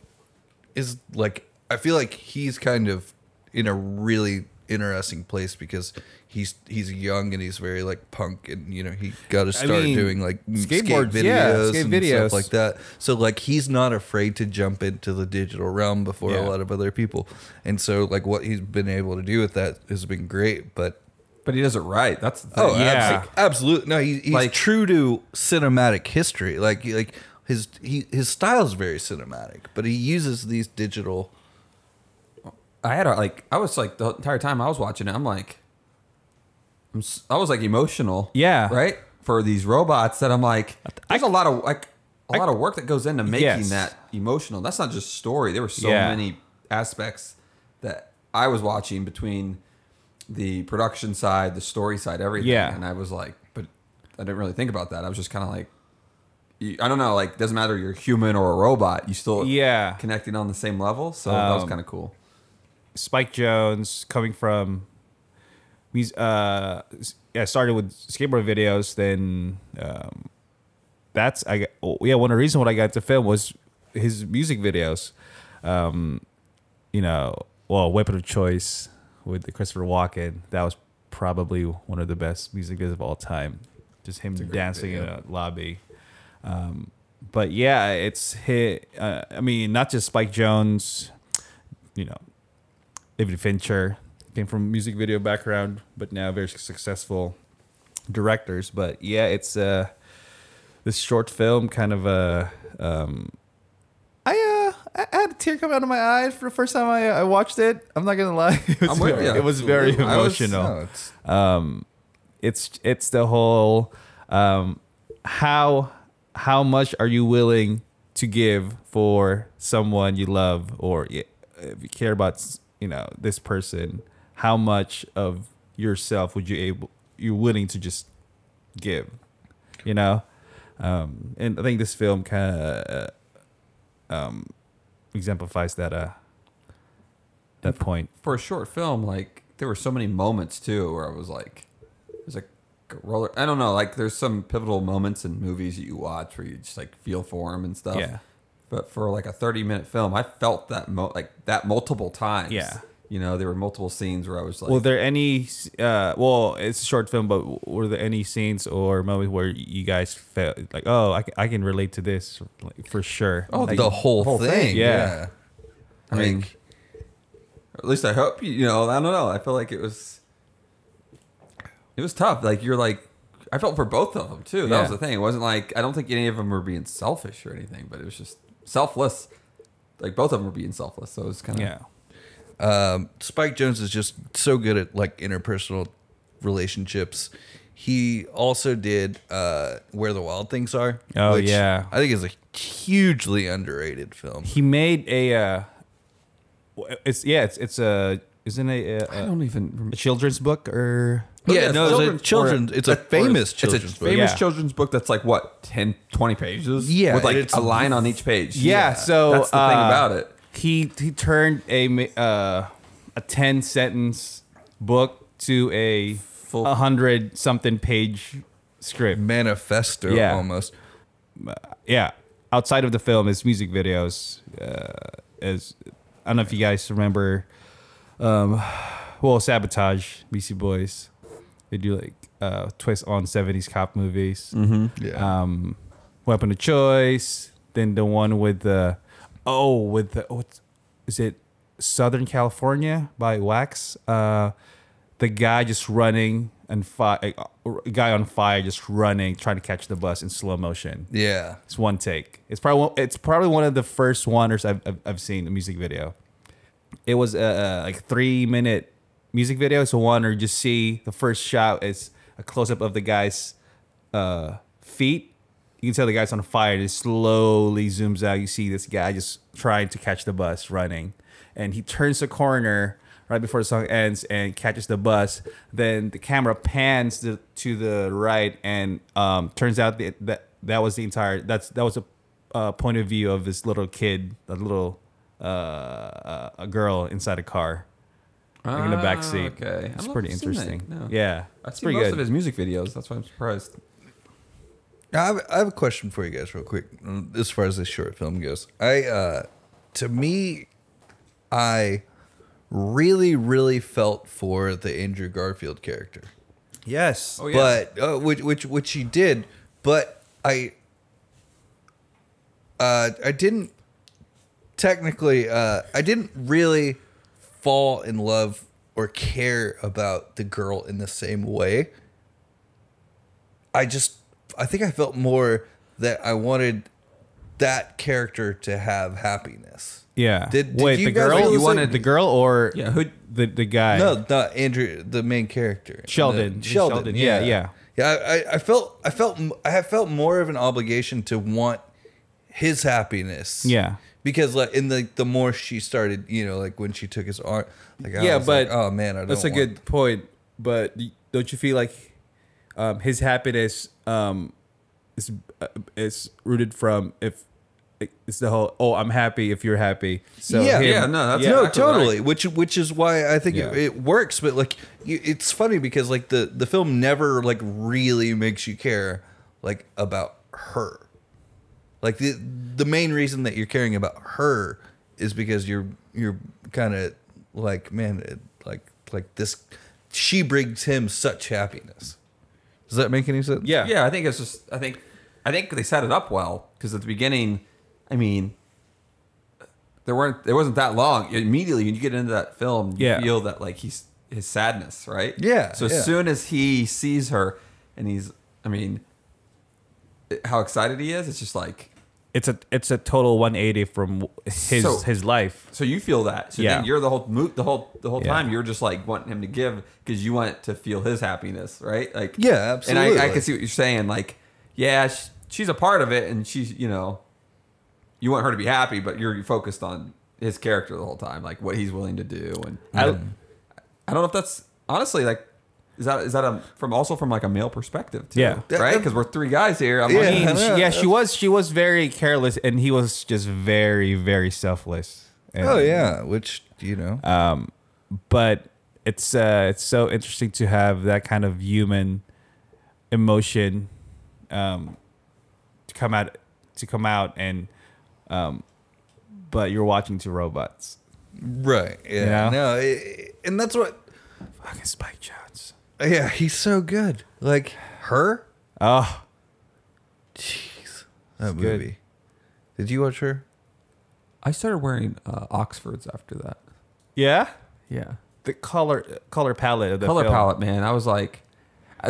is like I feel like he's kind of in a really interesting place because he's he's young and he's very like punk and you know he got to start mean, doing like skateboard skateboards, videos yeah, skate and videos. stuff like that. So like he's not afraid to jump into the digital realm before Yeah. a lot of other people. And so like what he's been able to do with that has been great, but but he does it right. That's the thing. Oh, Yeah. yeah, absolutely. No, he, he's Like- true to cinematic history. Like, like his he his style's very cinematic, but he uses these digital. I had a, like I was like the entire time I was watching it, I'm like, I'm s- I was like emotional. Yeah. Right for these robots that I'm like, there's a lot of like a lot of work that goes into making Yes. that emotional. That's not just story. There were so Yeah. many aspects that I was watching between the production side, the story side, everything. Yeah. And I was like, but I didn't really think about that. I was just kind of like. you- I don't know. Like, doesn't matter. You're human or a robot. You still Yeah. connecting on the same level. So that was Um, kind of cool. Spike Jones coming from mus- uh, s- yeah, I started with skateboard videos. Then um, that's I got, oh, yeah. One of the reasons what I got to film was his music videos. Um, you know, well, Weapon of Choice with the Christopher Walken. That was probably one of the best music videos of all time. Just him dancing video. in a lobby. Um, but yeah, it's hit. Uh, I mean, not just Spike Jones, you know, David Fincher came from music video background, but now very successful directors. But yeah, it's uh, this short film kind of a. Um, I uh, I I had a tear come out of my eyes for the first time I, I watched it. I'm not gonna lie, it was, I'm with very, ya. it was very I was- emotional no, it's- um, it's it's the whole um, how how much are you willing to give for someone you love or y- if you care about you know this person how much of yourself would you able you're willing to just give you know um, and I think this film kind of uh, um, exemplifies that uh that point for a short film, like there were so many moments too where I was like, there's like a roller. I don't know. Like there's some pivotal moments in movies that you watch where you just like feel for them and stuff. Yeah. But for like a 30 minute film, I felt that mo- like that multiple times. Yeah. You know, there were multiple scenes where I was like, Were there any? Uh, well, it's a short film, but were there any scenes or moments where you guys felt like, oh, I can, I can relate to this like, for sure? Oh, Like, the whole, whole thing. thing, Yeah. yeah. I mean, or at least I hope you, you know. I don't know. I feel like it was, it was tough. Like you're like, I felt for both of them too. That was Yeah. the thing. It wasn't like I don't think any of them were being selfish or anything, but it was just selfless. Like both of them were being selfless. So it was kind of yeah, Um, Spike Jones is just so good at like interpersonal relationships. He also did uh, Where the Wild Things Are. Oh, yeah. I think is a hugely underrated film. he made a. Uh, w- uh, it's yeah, it's it's a isn't it a, I a, don't even. Remember. a children's book or yeah, yeah, no, it's a children's- children's. or- It's a or- it's famous a children's book. Famous Yeah. children's book that's like what 10, 20 pages. Yeah, with it's- like a line on each page. yeah, so that's the thing uh, about it. He he turned a mi- uh, a ten sentence book to a Full- a hundred something page script. Manifesto Yeah. almost. yeah, outside of the film, his music videos. Uh, as I don't know if you guys remember, um, well, Sabotage, BC Boys. They do like uh, twists on '70s cop movies. Yeah. Um, Weapon of Choice. Then the one with the oh, with the what's is it? Southern California by Wax. Uh, the guy just running and fire, a guy on fire just running, trying to catch the bus in slow motion. yeah. It's one take. It's probably one, it's probably one of the first wonders I've, I've, I've seen a music video. It was a, a like three minute music video. So one or just see the first shot is a close up of the guy's uh, feet. You can tell the guy's on fire. And it slowly zooms out. You see this guy just trying to catch the bus running, and he turns the corner right before the song ends and catches the bus. Then the camera pans to, to the right, and um, turns out that, that that was the entire that's that was a uh, point of view of this little kid, a little uh, uh, a girl inside a car. Like in the back Ah, seat. okay. I it's don't pretty know if I've seen that, interesting. no. Yeah, I've it's seen pretty most good. of his music videos. That's why I'm surprised. Now, I have, I have a question for you guys, real quick, um, as far as this short film goes. I, uh, to me, I really, really felt for the Andrew Garfield character, yes, Oh, yeah. but uh, which, which, which he did, but I, uh, I didn't technically, uh, I didn't really fall in love or care about the girl in the same way. I just I think I felt more that I wanted that character to have happiness. yeah. Did- did Wait, you the guys girl feel the you same? wanted the girl or Yeah, who- the the guy? No, not Andrew, the main character, Sheldon. The- Sheldon, Sheldon, yeah, yeah, yeah. yeah. I, I- I felt, I felt, m- I have felt more of an obligation to want his happiness. Yeah. because like in the the more she started, you know, like when she took his arm, like I Yeah, was like, but oh man, I don't. That's a want- good point, but y- don't you feel like um, his happiness um, is uh, is rooted from if it's the whole oh I'm happy if you're happy. So yeah, him- yeah, no, that's- yeah, no, exactly right. totally. Which which is why I think Yeah. it, it works. But like, you, it's funny because like the the film never like really makes you care like about her. Like the the main reason that you're caring about her is because you're you're kind of like man, it, like like this. She brings him such happiness. Does that make any sense? yeah, yeah i think it's just i think i think they set it up well because at the beginning i mean there weren't there wasn't that long immediately when you get into that film you Yeah. feel that like he's his sadness right Yeah, so as yeah. soon as he sees her and he's i mean it- how excited he is it's just like It's a it's a total 180 from his So- his life. so you feel that so Yeah. then you're the whole mood the whole the whole Yeah. time you're just like wanting him to give because you want to feel his happiness right like Yeah, and I, I absolutely. can see what you're saying like yeah sh she's a part of it and she's you know you want her to be happy but you're focused on his character the whole time like what he's willing to do and I, don't, I don't know if that's honestly like is that is that a, from also from like a male perspective too Yeah. right because we're three guys here I'm I like, mean, Yeah, she- yeah, yeah, she was she was very careless and he was just very very selfless. And, Oh yeah. Which you know. Uh, but it's uh, it's so interesting to have that kind of human emotion um, to come out to come out and um, but you're watching two robots. Right. Yeah. Yeah. No. It, and that's what. Fucking Spike Jones. Yeah, he's so good. Like her. Oh, Jeez, that good. movie. Did you watch her? I started wearing uh, Oxfords after that yeah. yeah The color color palette of the color film. palette, man. I was like,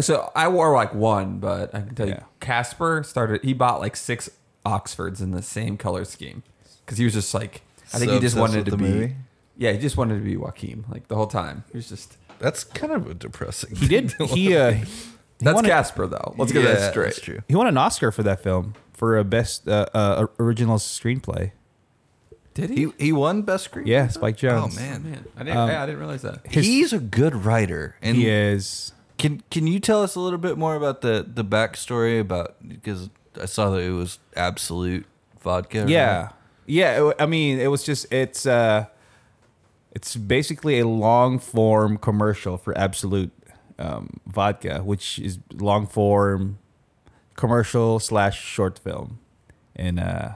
so I wore like one, but I can tell Yeah. you, Casper started. He bought like six Oxfords in the same color scheme because he was just like, I think So he just obsessed wanted with to the be. movie? Yeah, he just wanted to be Joaquin like the whole time. He was just That's kind of a depressing. He did. He uh, he that's won a- Casper though. Let's get that straight. That's true. He won an Oscar for that film for a best uh, uh, original screenplay. Did he? He he won best screen. Yeah, Spike Oh Jones. Oh, man. man, I didn't. yeah, I didn't realize that. He's a good writer, and he is. can can you tell us a little bit more about the the backstory about because I saw that it was absolute vodka. right? Yeah, yeah. it wa- I mean, it was just it's uh, it's basically a long form commercial for Absolute um, Vodka, which is long form commercial slash short film, and uh,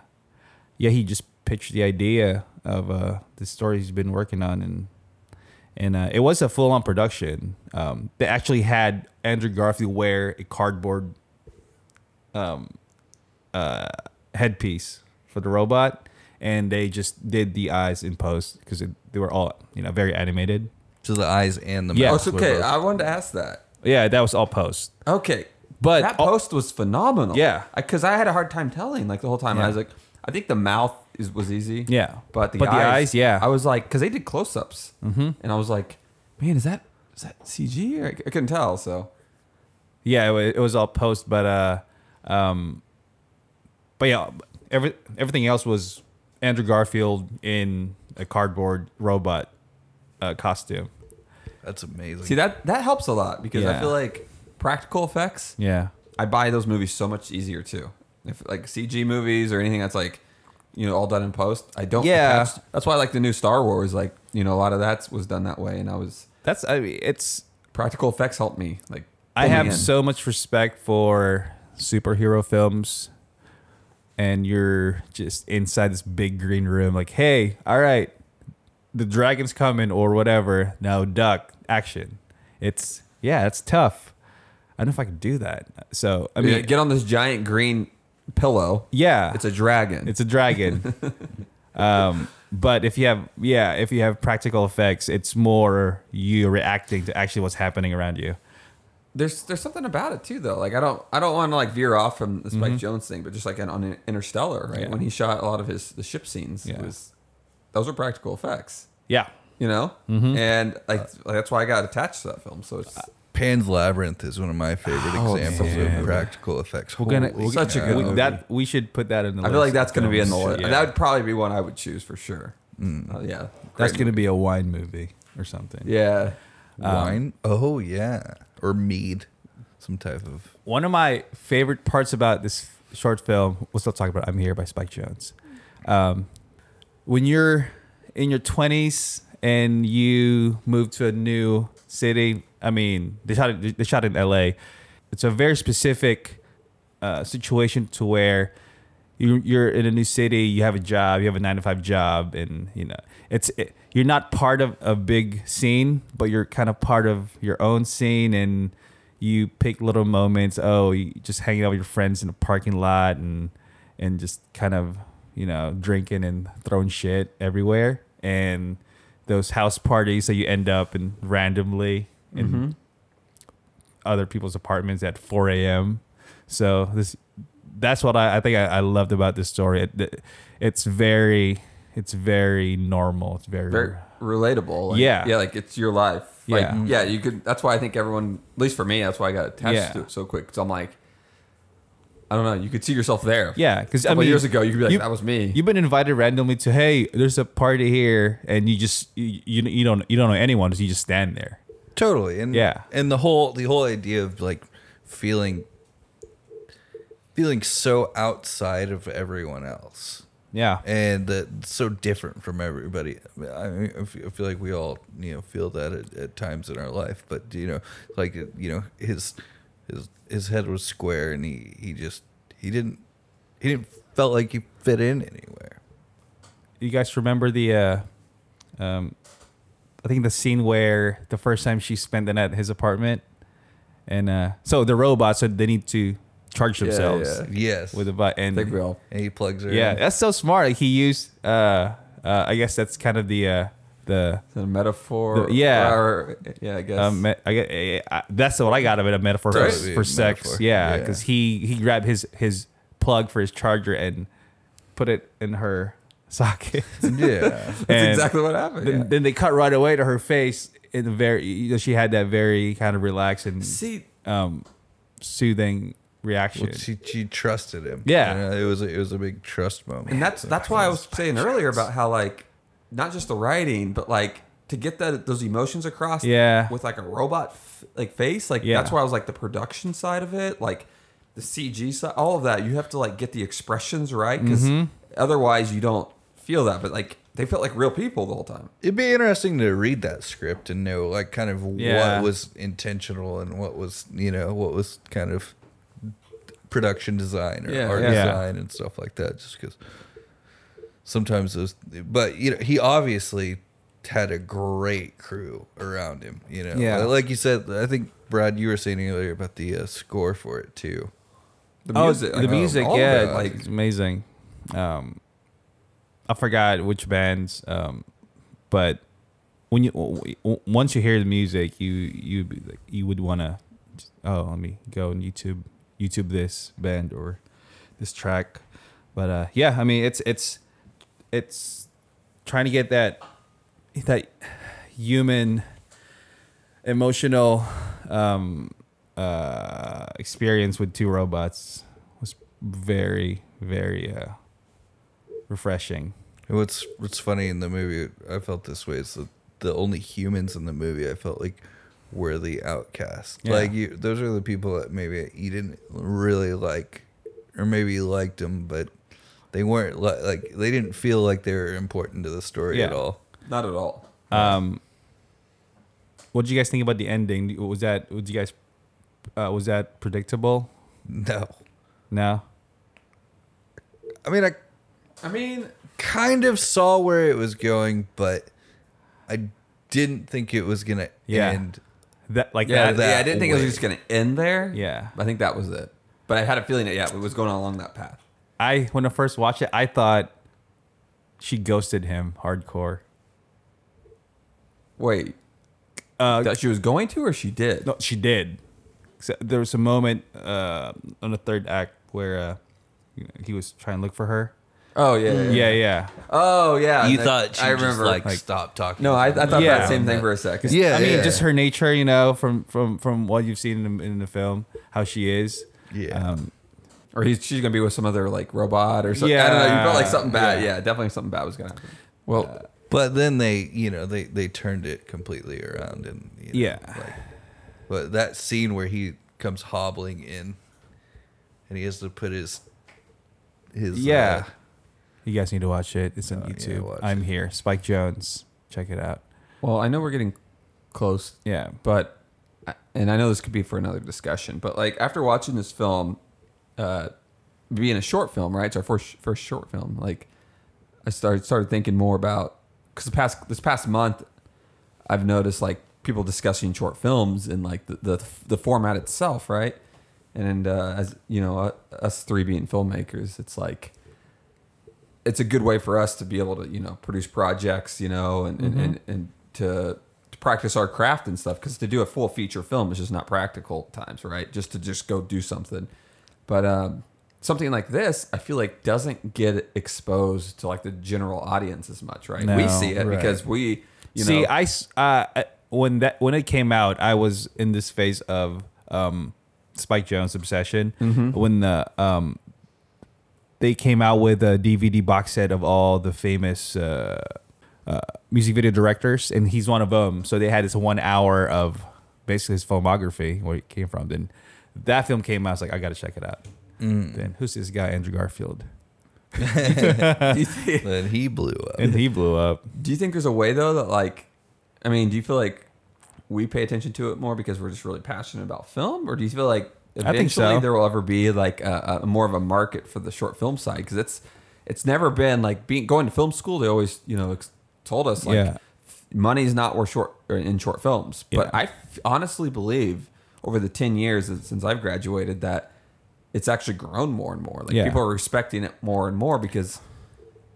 yeah, he just pitched the idea of uh, the story he's been working on and. And uh, it was a full-on production. Um, they actually had Andrew Garfield wear a cardboard headpiece for the robot, and they just did the eyes in post because they were all you know very animated. To the eyes and the Yeah. Oh, mouth. it's were okay. both- I wanted to ask that. Yeah, that was all post. Okay, But- that post was phenomenal. Yeah. because I, had a hard time telling like the whole time. I was like, I think the mouth is was easy. Yeah. but the But the eyes, eyes, yeah. I was like, because they did close ups, mm-hmm. and I was like, man, is that is that CG? Or I, c- I couldn't tell. So Yeah, it was, it was all post, but uh, um, but yeah, every everything else was Andrew Garfield in a cardboard robot uh, costume. That's amazing. see that that helps a lot because I Yeah. feel like practical effects. Yeah, I buy those movies so much easier too. If like CG movies or anything that's like, you know, all done in post, I don't. Yeah. attach- that's why I like the new Star Wars. Like, you know, a lot of that was done that way, and I was that's I mean, it's practical effects helped me. Like, I pull me have in. so much respect for superhero films. And you're just inside this big green room, like, hey, all right, the dragon's coming or whatever. Now duck, action. It's yeah, it's tough. I don't know if I could do that. So I mean, Yeah, get on this giant green pillow. yeah, It's a dragon. it's a dragon. um, but if you have yeah, if you have practical effects, it's more you reacting to actually what's happening around you. there's there's something about it too though. Like I don't I don't want to like veer off from the Spike Jones thing, but just like in, on Interstellar, right? Yeah. When he shot a lot of his the ship scenes, it Yeah. was those were practical effects, Yeah, you know. And like, like, that's why I got attached to that film. So it's Pan's Labyrinth is one of my favorite Oh, examples man. of practical effects. we're gonna Holy we're Such a gonna- good we- movie. that we should put that in the. I list feel like of that's going to be in the films. list. Yeah. That would probably be one I would choose for sure. Uh, yeah, that's Great going to be a wine movie or something. movie. yeah. Wine? oh yeah, or mead, some type of. One of my favorite parts about this short film. We'll still talk about "I'm Here" by Spike Jones. Um, when you're in your 20s and you move to a new city, I mean, they shot it, they shot it in LA. It's a very specific uh, situation to where you, you're in a new city, you have a job, you have a nine to five job, and you know it's it, you're not part of a big scene, but you're kind of part of your own scene, and you pick little moments. Oh, you just hanging out with your friends in the parking lot, and and just kind of you know drinking and throwing shit everywhere, and those house parties that you end up in randomly in Mm-hmm. other people's apartments at 4 a.m. So this that's what I, I think I, I loved about this story. It, it- it's very it's very normal. It's very, very relatable. Like, Yeah. yeah, like it's your life. Like, Yeah. yeah, You could. That's why I think everyone, at least for me, that's why I got attached Yeah. to it so quick. Because I'm like, I don't know. You could see yourself there. yeah. Because a I couple mean, years ago, you could be like, you- that was me. You've been invited randomly to hey, there's a party here, and you just you you, you don't you don't know anyone, so you just stand there. Totally. And Yeah. And the whole the whole idea of like feeling feeling so outside of everyone else Yeah, and that so different from everybody. I, mean, I feel I feel like we all you know feel that at, at times in our life, but you know, like you know, his his his head was square, and he he just he didn't he didn't felt like he fit in anywhere. you guys remember the uh um i think the scene where the first time she spent the night at his apartment and uh so the robots so they need to charge Yeah, themselves yeah. Yes, with a button I think we all. and he plugs her. yeah in. that's so smart like he used uh uh i guess that's kind of the uh the Is that a metaphor? The- yeah. Or, yeah, I guess. um, me- I, get- eh, I, that's what I got of it—a metaphor for, Totally, for sex. metaphor. Yeah, Yeah. because he he grabbed his his plug for his charger and put it in her socket. yeah. that's And- exactly what happened. Then, yeah. then they cut right away to her face in the very you know, she had that very kind of relaxed and See, um soothing reaction. Well, she, she trusted him. Yeah. You know, it was a, it was a big trust moment. and that's that's why I was saying earlier about how like not just the writing, but like to get that those emotions across. Yeah. With like a robot f- like face, like Yeah. that's where I was like the production side of it, like the CG side, all of that. You have to like get the expressions right because Mm-hmm. otherwise you don't feel that. But like they felt like real people the whole time. It'd be interesting to read that script and know like kind of Yeah. what was intentional and what was you know what was kind of production design or Yeah, art yeah. design and stuff like that. Just because sometimes those, but you know, he obviously had a great crew around him. You know, Yeah. like you said, I think Brad, you were saying earlier about the uh, score for it too. The oh, music, the like, music, all of yeah, it, like like it's amazing. Um, I forgot which bands, um, but when you w- w- once you hear the music, you you be like- you would want to oh let me go and YouTube YouTube this band or this track, but uh, yeah, I mean it's it's it's trying to get that that human emotional um, uh, experience with two robots was very very uh, refreshing. And What's what's funny in the movie? I felt this way. Is that the only humans in the movie? I felt like were the outcasts. Yeah. Like you, those are the people that maybe you didn't really like, or maybe you liked them, but they weren't li- like they didn't feel like they were important to the story at Yeah. all. not at all. Um, what did you guys think about the ending? Was that was you guys uh, was that predictable? No, No. I mean I I mean, kind of saw where it was going, but I didn't think it was gonna Yeah. end. That like yeah, that. that yeah. I didn't think it way. was just gonna end there. Yeah. I think that was it. But I had a feeling that yeah, it was going along that path. I when I first watched it, I thought she ghosted him hardcore. Wait, Uh, that she was going to, or she did? No, she did. So there was a moment uh, on the third act where uh, you know, he was trying to look for her. Oh yeah, yeah. yeah. Yeah, yeah. Oh yeah. I- I remember. stopped talking. no, I, I thought Yeah. that same thing for a second. Yeah, I mean, yeah. just her nature, you know, from from from what you've seen in, the- in the film, how she is. Yeah. Um, Or he's, she's gonna be with some other like robot or something. I don't know. You Yeah. felt like something bad. Yeah, definitely something bad was gonna happen. Well, But then they, you know, they they turned it completely around, and you know, Yeah. Like, but that scene where he comes hobbling in, and he has to put his his Yeah. uh, You guys need to watch it. It's on Oh, yeah, YouTube. watch I'm here. Spike Jones. Check it out. Well, I know we're getting close, Yeah. but and I know this could be for another discussion, but like after watching this film, uh, being a short film, right? It's our first first short film. Like, I started started thinking more about because the past this past month, I've noticed like people discussing short films and like the the, the format itself, right? And uh, as you know, uh, us three being filmmakers, it's like it's a good way for us to be able to you know produce projects you know and Mm-hmm. and, and, and to, to practice our craft and stuff because to do a full feature film is just not practical at times right just to just go do something but um, something like this i feel like doesn't get exposed to like the general audience as much right we No, see it right. because we you See, know I s- uh, I- when that when it came out, I was in this phase of um, Spike Jones obsession. When the um, they came out with a DVD box set of all the famous uh, uh, music video directors, and he's one of them. So they had this one hour of basically his filmography where it came from. Then that film came out. I was like, I got to check it out. Then who's this guy, Andrew Garfield? do, you think, and he blew up. And he blew up. do you think there's a way though that like i mean do you feel like we pay attention to it more because we're just really passionate about film or do you feel like I eventually think so. there will ever be like a, a more of a market for the short film side because it's it's never been like being going to film school they always you know ex- told us like Yeah. money's not worth short or in short films but Yeah. i f- honestly believe over the 10 years that- since i've graduated that it's actually grown more and more like Yeah. people are respecting it more and more because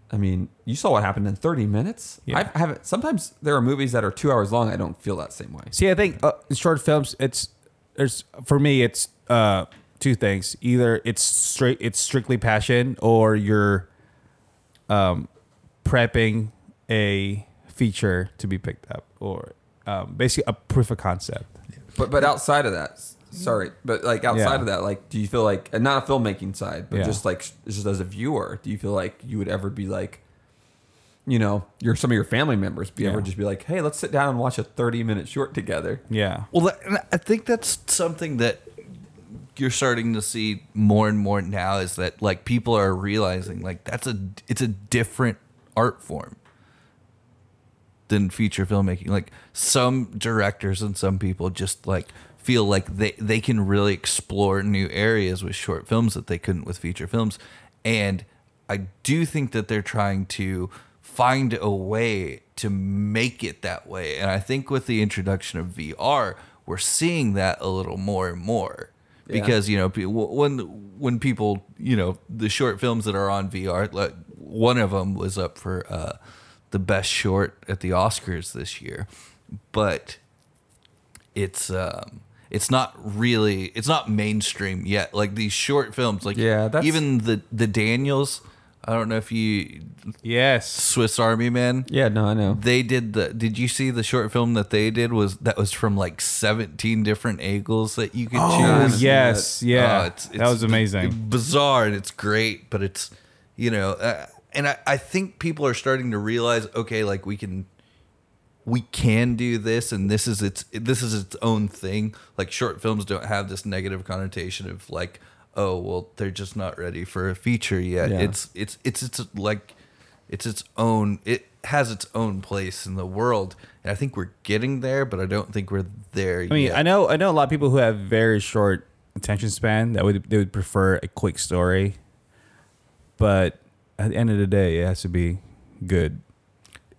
I mean, you saw what happened in 30 minutes. Yeah. I've- I haven't. Sometimes there are movies that are two hours long. I don't feel that same way. See, I think uh, in short films, it's there's for me, it's uh, two things: either it's straight, it's strictly passion, or you're um, prepping a feature to be picked up, or um, basically a proof of concept. But but outside of that, s- sorry. But like outside Yeah. of that, like, do you feel like and not a filmmaking side, but Yeah. just like just as a viewer, do you feel like you would ever be like, you know, your some of your family members be ever Yeah. just be like, hey, let's sit down and watch a 30 minute short together. Yeah, Well, that, and I think that's something that you're starting to see more and more now is that like people are realizing like that's a it's a different art form than feature filmmaking. Like some directors and some people just like feel like they they can really explore new areas with short films that they couldn't with feature films. And I do think that they're trying to find a way to make it that way. And I think with the introduction of VR, we're seeing that a little more and more Yeah. because you know pe- w- when when people you know the short films that are on VR like one of them was up for uh the best short at the Oscars this year but it's um it's not really it's not mainstream yet like these short films like Yeah, that's- even the the Daniels I don't know if you yes, Swiss Army Man Yeah, no, I know. they did the did you see the short film that they did was that was from like 17 different angles that you could oh, choose yes, yeah. Oh, it's- that it's was amazing. bizarre and it's great but it's you know uh, and I, I think people are starting to realize okay like we can we can do this and this is its this is its own thing like short films don't have this negative connotation of like oh well they're just not ready for a feature yet Yeah. it's it's it's it's like it's its own it has its own place in the world and i think we're getting there but i don't think we're there I mean, yet I know I know a lot of people who have very short attention span that would they would prefer a quick story, but at the end of the day, it has to be good.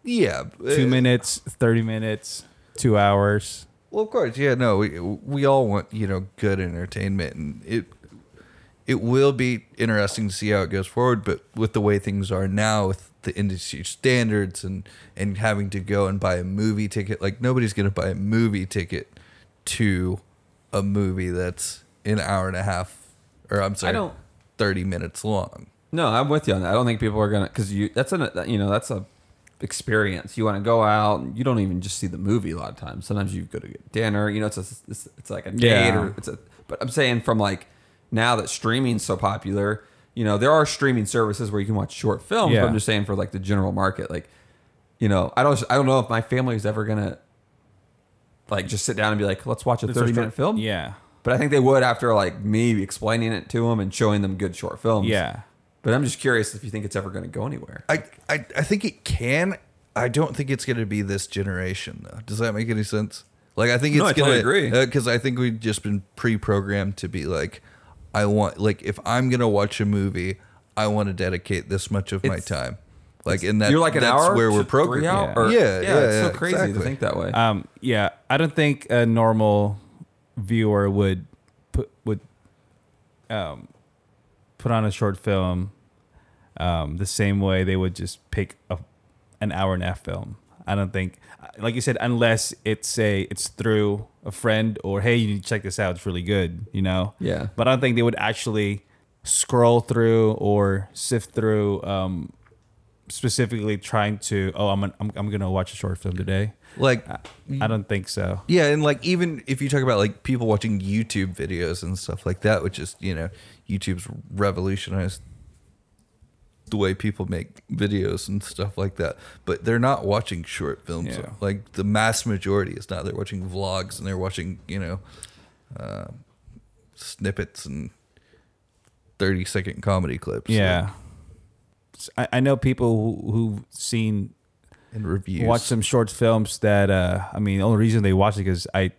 yeah Two uh, minutes, thirty minutes, two hours. Well, of course, yeah. No, we we all want you know good entertainment, and it it will be interesting to see how it goes forward. But with the way things are now, with the industry standards and and having to go and buy a movie ticket, like nobody's going to buy a movie ticket to a movie that's an hour and a half, or I'm sorry, don't- thirty minutes long. No, I'm with you on that. I don't think people are gonna because you that's an that- you know that's a experience. You want to go out and you don't even just see the movie a lot of times. Sometimes you go to get dinner. You know, it's a, it's, it's like a date Yeah. or it's a. But I'm saying from like now that streaming's so popular, you know, there are streaming services where you can watch short films. Yeah. But I'm just saying for like the general market, like you know, I don't I don't know if my family is ever gonna like just sit down and be like, let's watch a 30 minute film. Yeah, But I think they would after like me explaining it to them and showing them good short films. yeah. But I'm just curious if you think it's ever going to go anywhere. I, I I think it can. I don't think it's going to be this generation though. Does that make any sense? Like I think it's No, I going totally agree. because I think we've just been pre-programmed to be like, I want like if I'm going to watch a movie, I want to dedicate this much of my It's- time. Like in that You're like an that's hour where to we're three programmed. hour- Yeah. or- yeah, yeah, it's so yeah, crazy to exactly. think that way. Um, yeah, I don't think a normal viewer would put would um, put on a short film um, the same way they would just pick a, an hour and a half film. I don't think, like you said, unless it's a it's through a friend or hey, you need to check this out. It's really good, you know. Yeah. But I don't think they would actually scroll through or sift through um, specifically trying to oh I'm, an, I'm I'm gonna watch a short film today. Like Uh, Mm-hmm. I don't think so. Yeah, and like even if you talk about like people watching YouTube videos and stuff like that, which is you know YouTube's revolutionized the way people make videos and stuff like that. But they're not watching short films. Yeah. Like the mass majority is not. They're watching vlogs and they're watching you know uh, snippets and thirty second comedy clips. Yeah. S- I, I know people who, who've seen, like, and reviews. watch some short films that, uh, I mean, the only reason they watch it because I,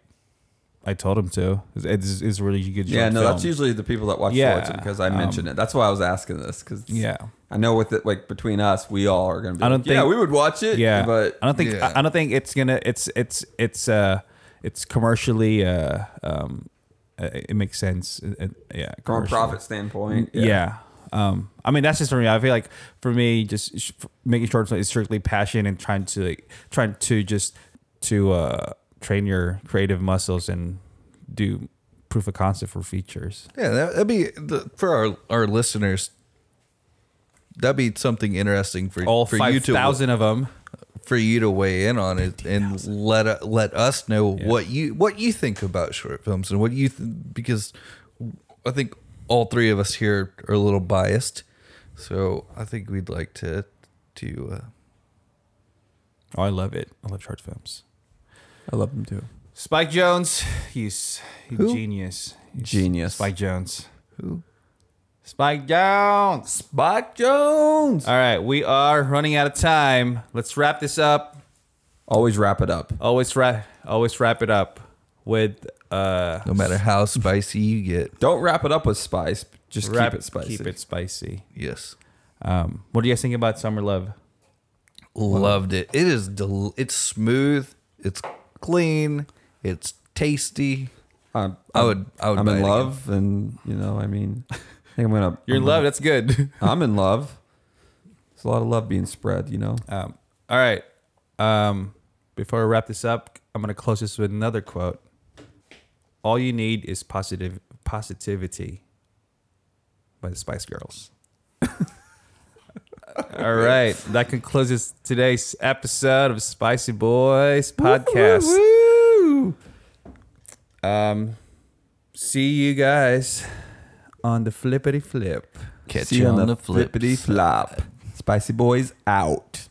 I told them to. It's, it's, it's a really good. Short yeah, no, film. that's usually the people that watch Yeah, shorts because I mentioned it. That's why I was asking this because Yeah. I know with it like between us, we all are going to be. I don't like, yeah, think- we would watch it. Yeah, but I don't think Yeah. I, I don't think it's gonna. It's it's it's uh it's commercially uh um uh, it makes sense. Uh, uh, yeah, from a commercially. profit standpoint, Mm, yeah. Um, I mean, that's just for me. I feel like for me, just sh- making short films is strictly passion and trying to like, trying to just to uh, train your creative muscles and do proof of concept for features. Yeah, that, that'd be the, for our our listeners. That'd be something interesting for All for you five to thousand of them. for you to weigh in on it and let uh, let us know what you what you think about short films and what you th- because I think all three of us here are a little biased, so I think we'd like to to uh, Oh, I love it. I love short films. I love them too. Spike Jones, he's, he's genius. He's Genius. Spike Jones. Who? Spike Jones. Spike Jones. All right, we are running out of time. Let's wrap this up. Always wrap it up. always wrap always wrap it up with uh no matter how spicy you get. Don't wrap it up with spice. Just wrap keep it spicy. keep it spicy Yes, um what do you guys think about summer love loved it. It is del- it's smooth, it's clean, it's tasty. I'm, I would I would I'm buy it in again. love, and you know, I mean, I think I'm gonna. you're in I'm love gonna- that's good I'm in love. There's a lot of love being spread, you know. um all right um before i wrap this up i'm gonna close this with another quote all you need is positive positivity by the spice girls all right that concludes this- today's episode of spicy boys podcast Woo! Um, see you guys on the flippity flip. Catch See you on the flippity flop. Spicy boys out.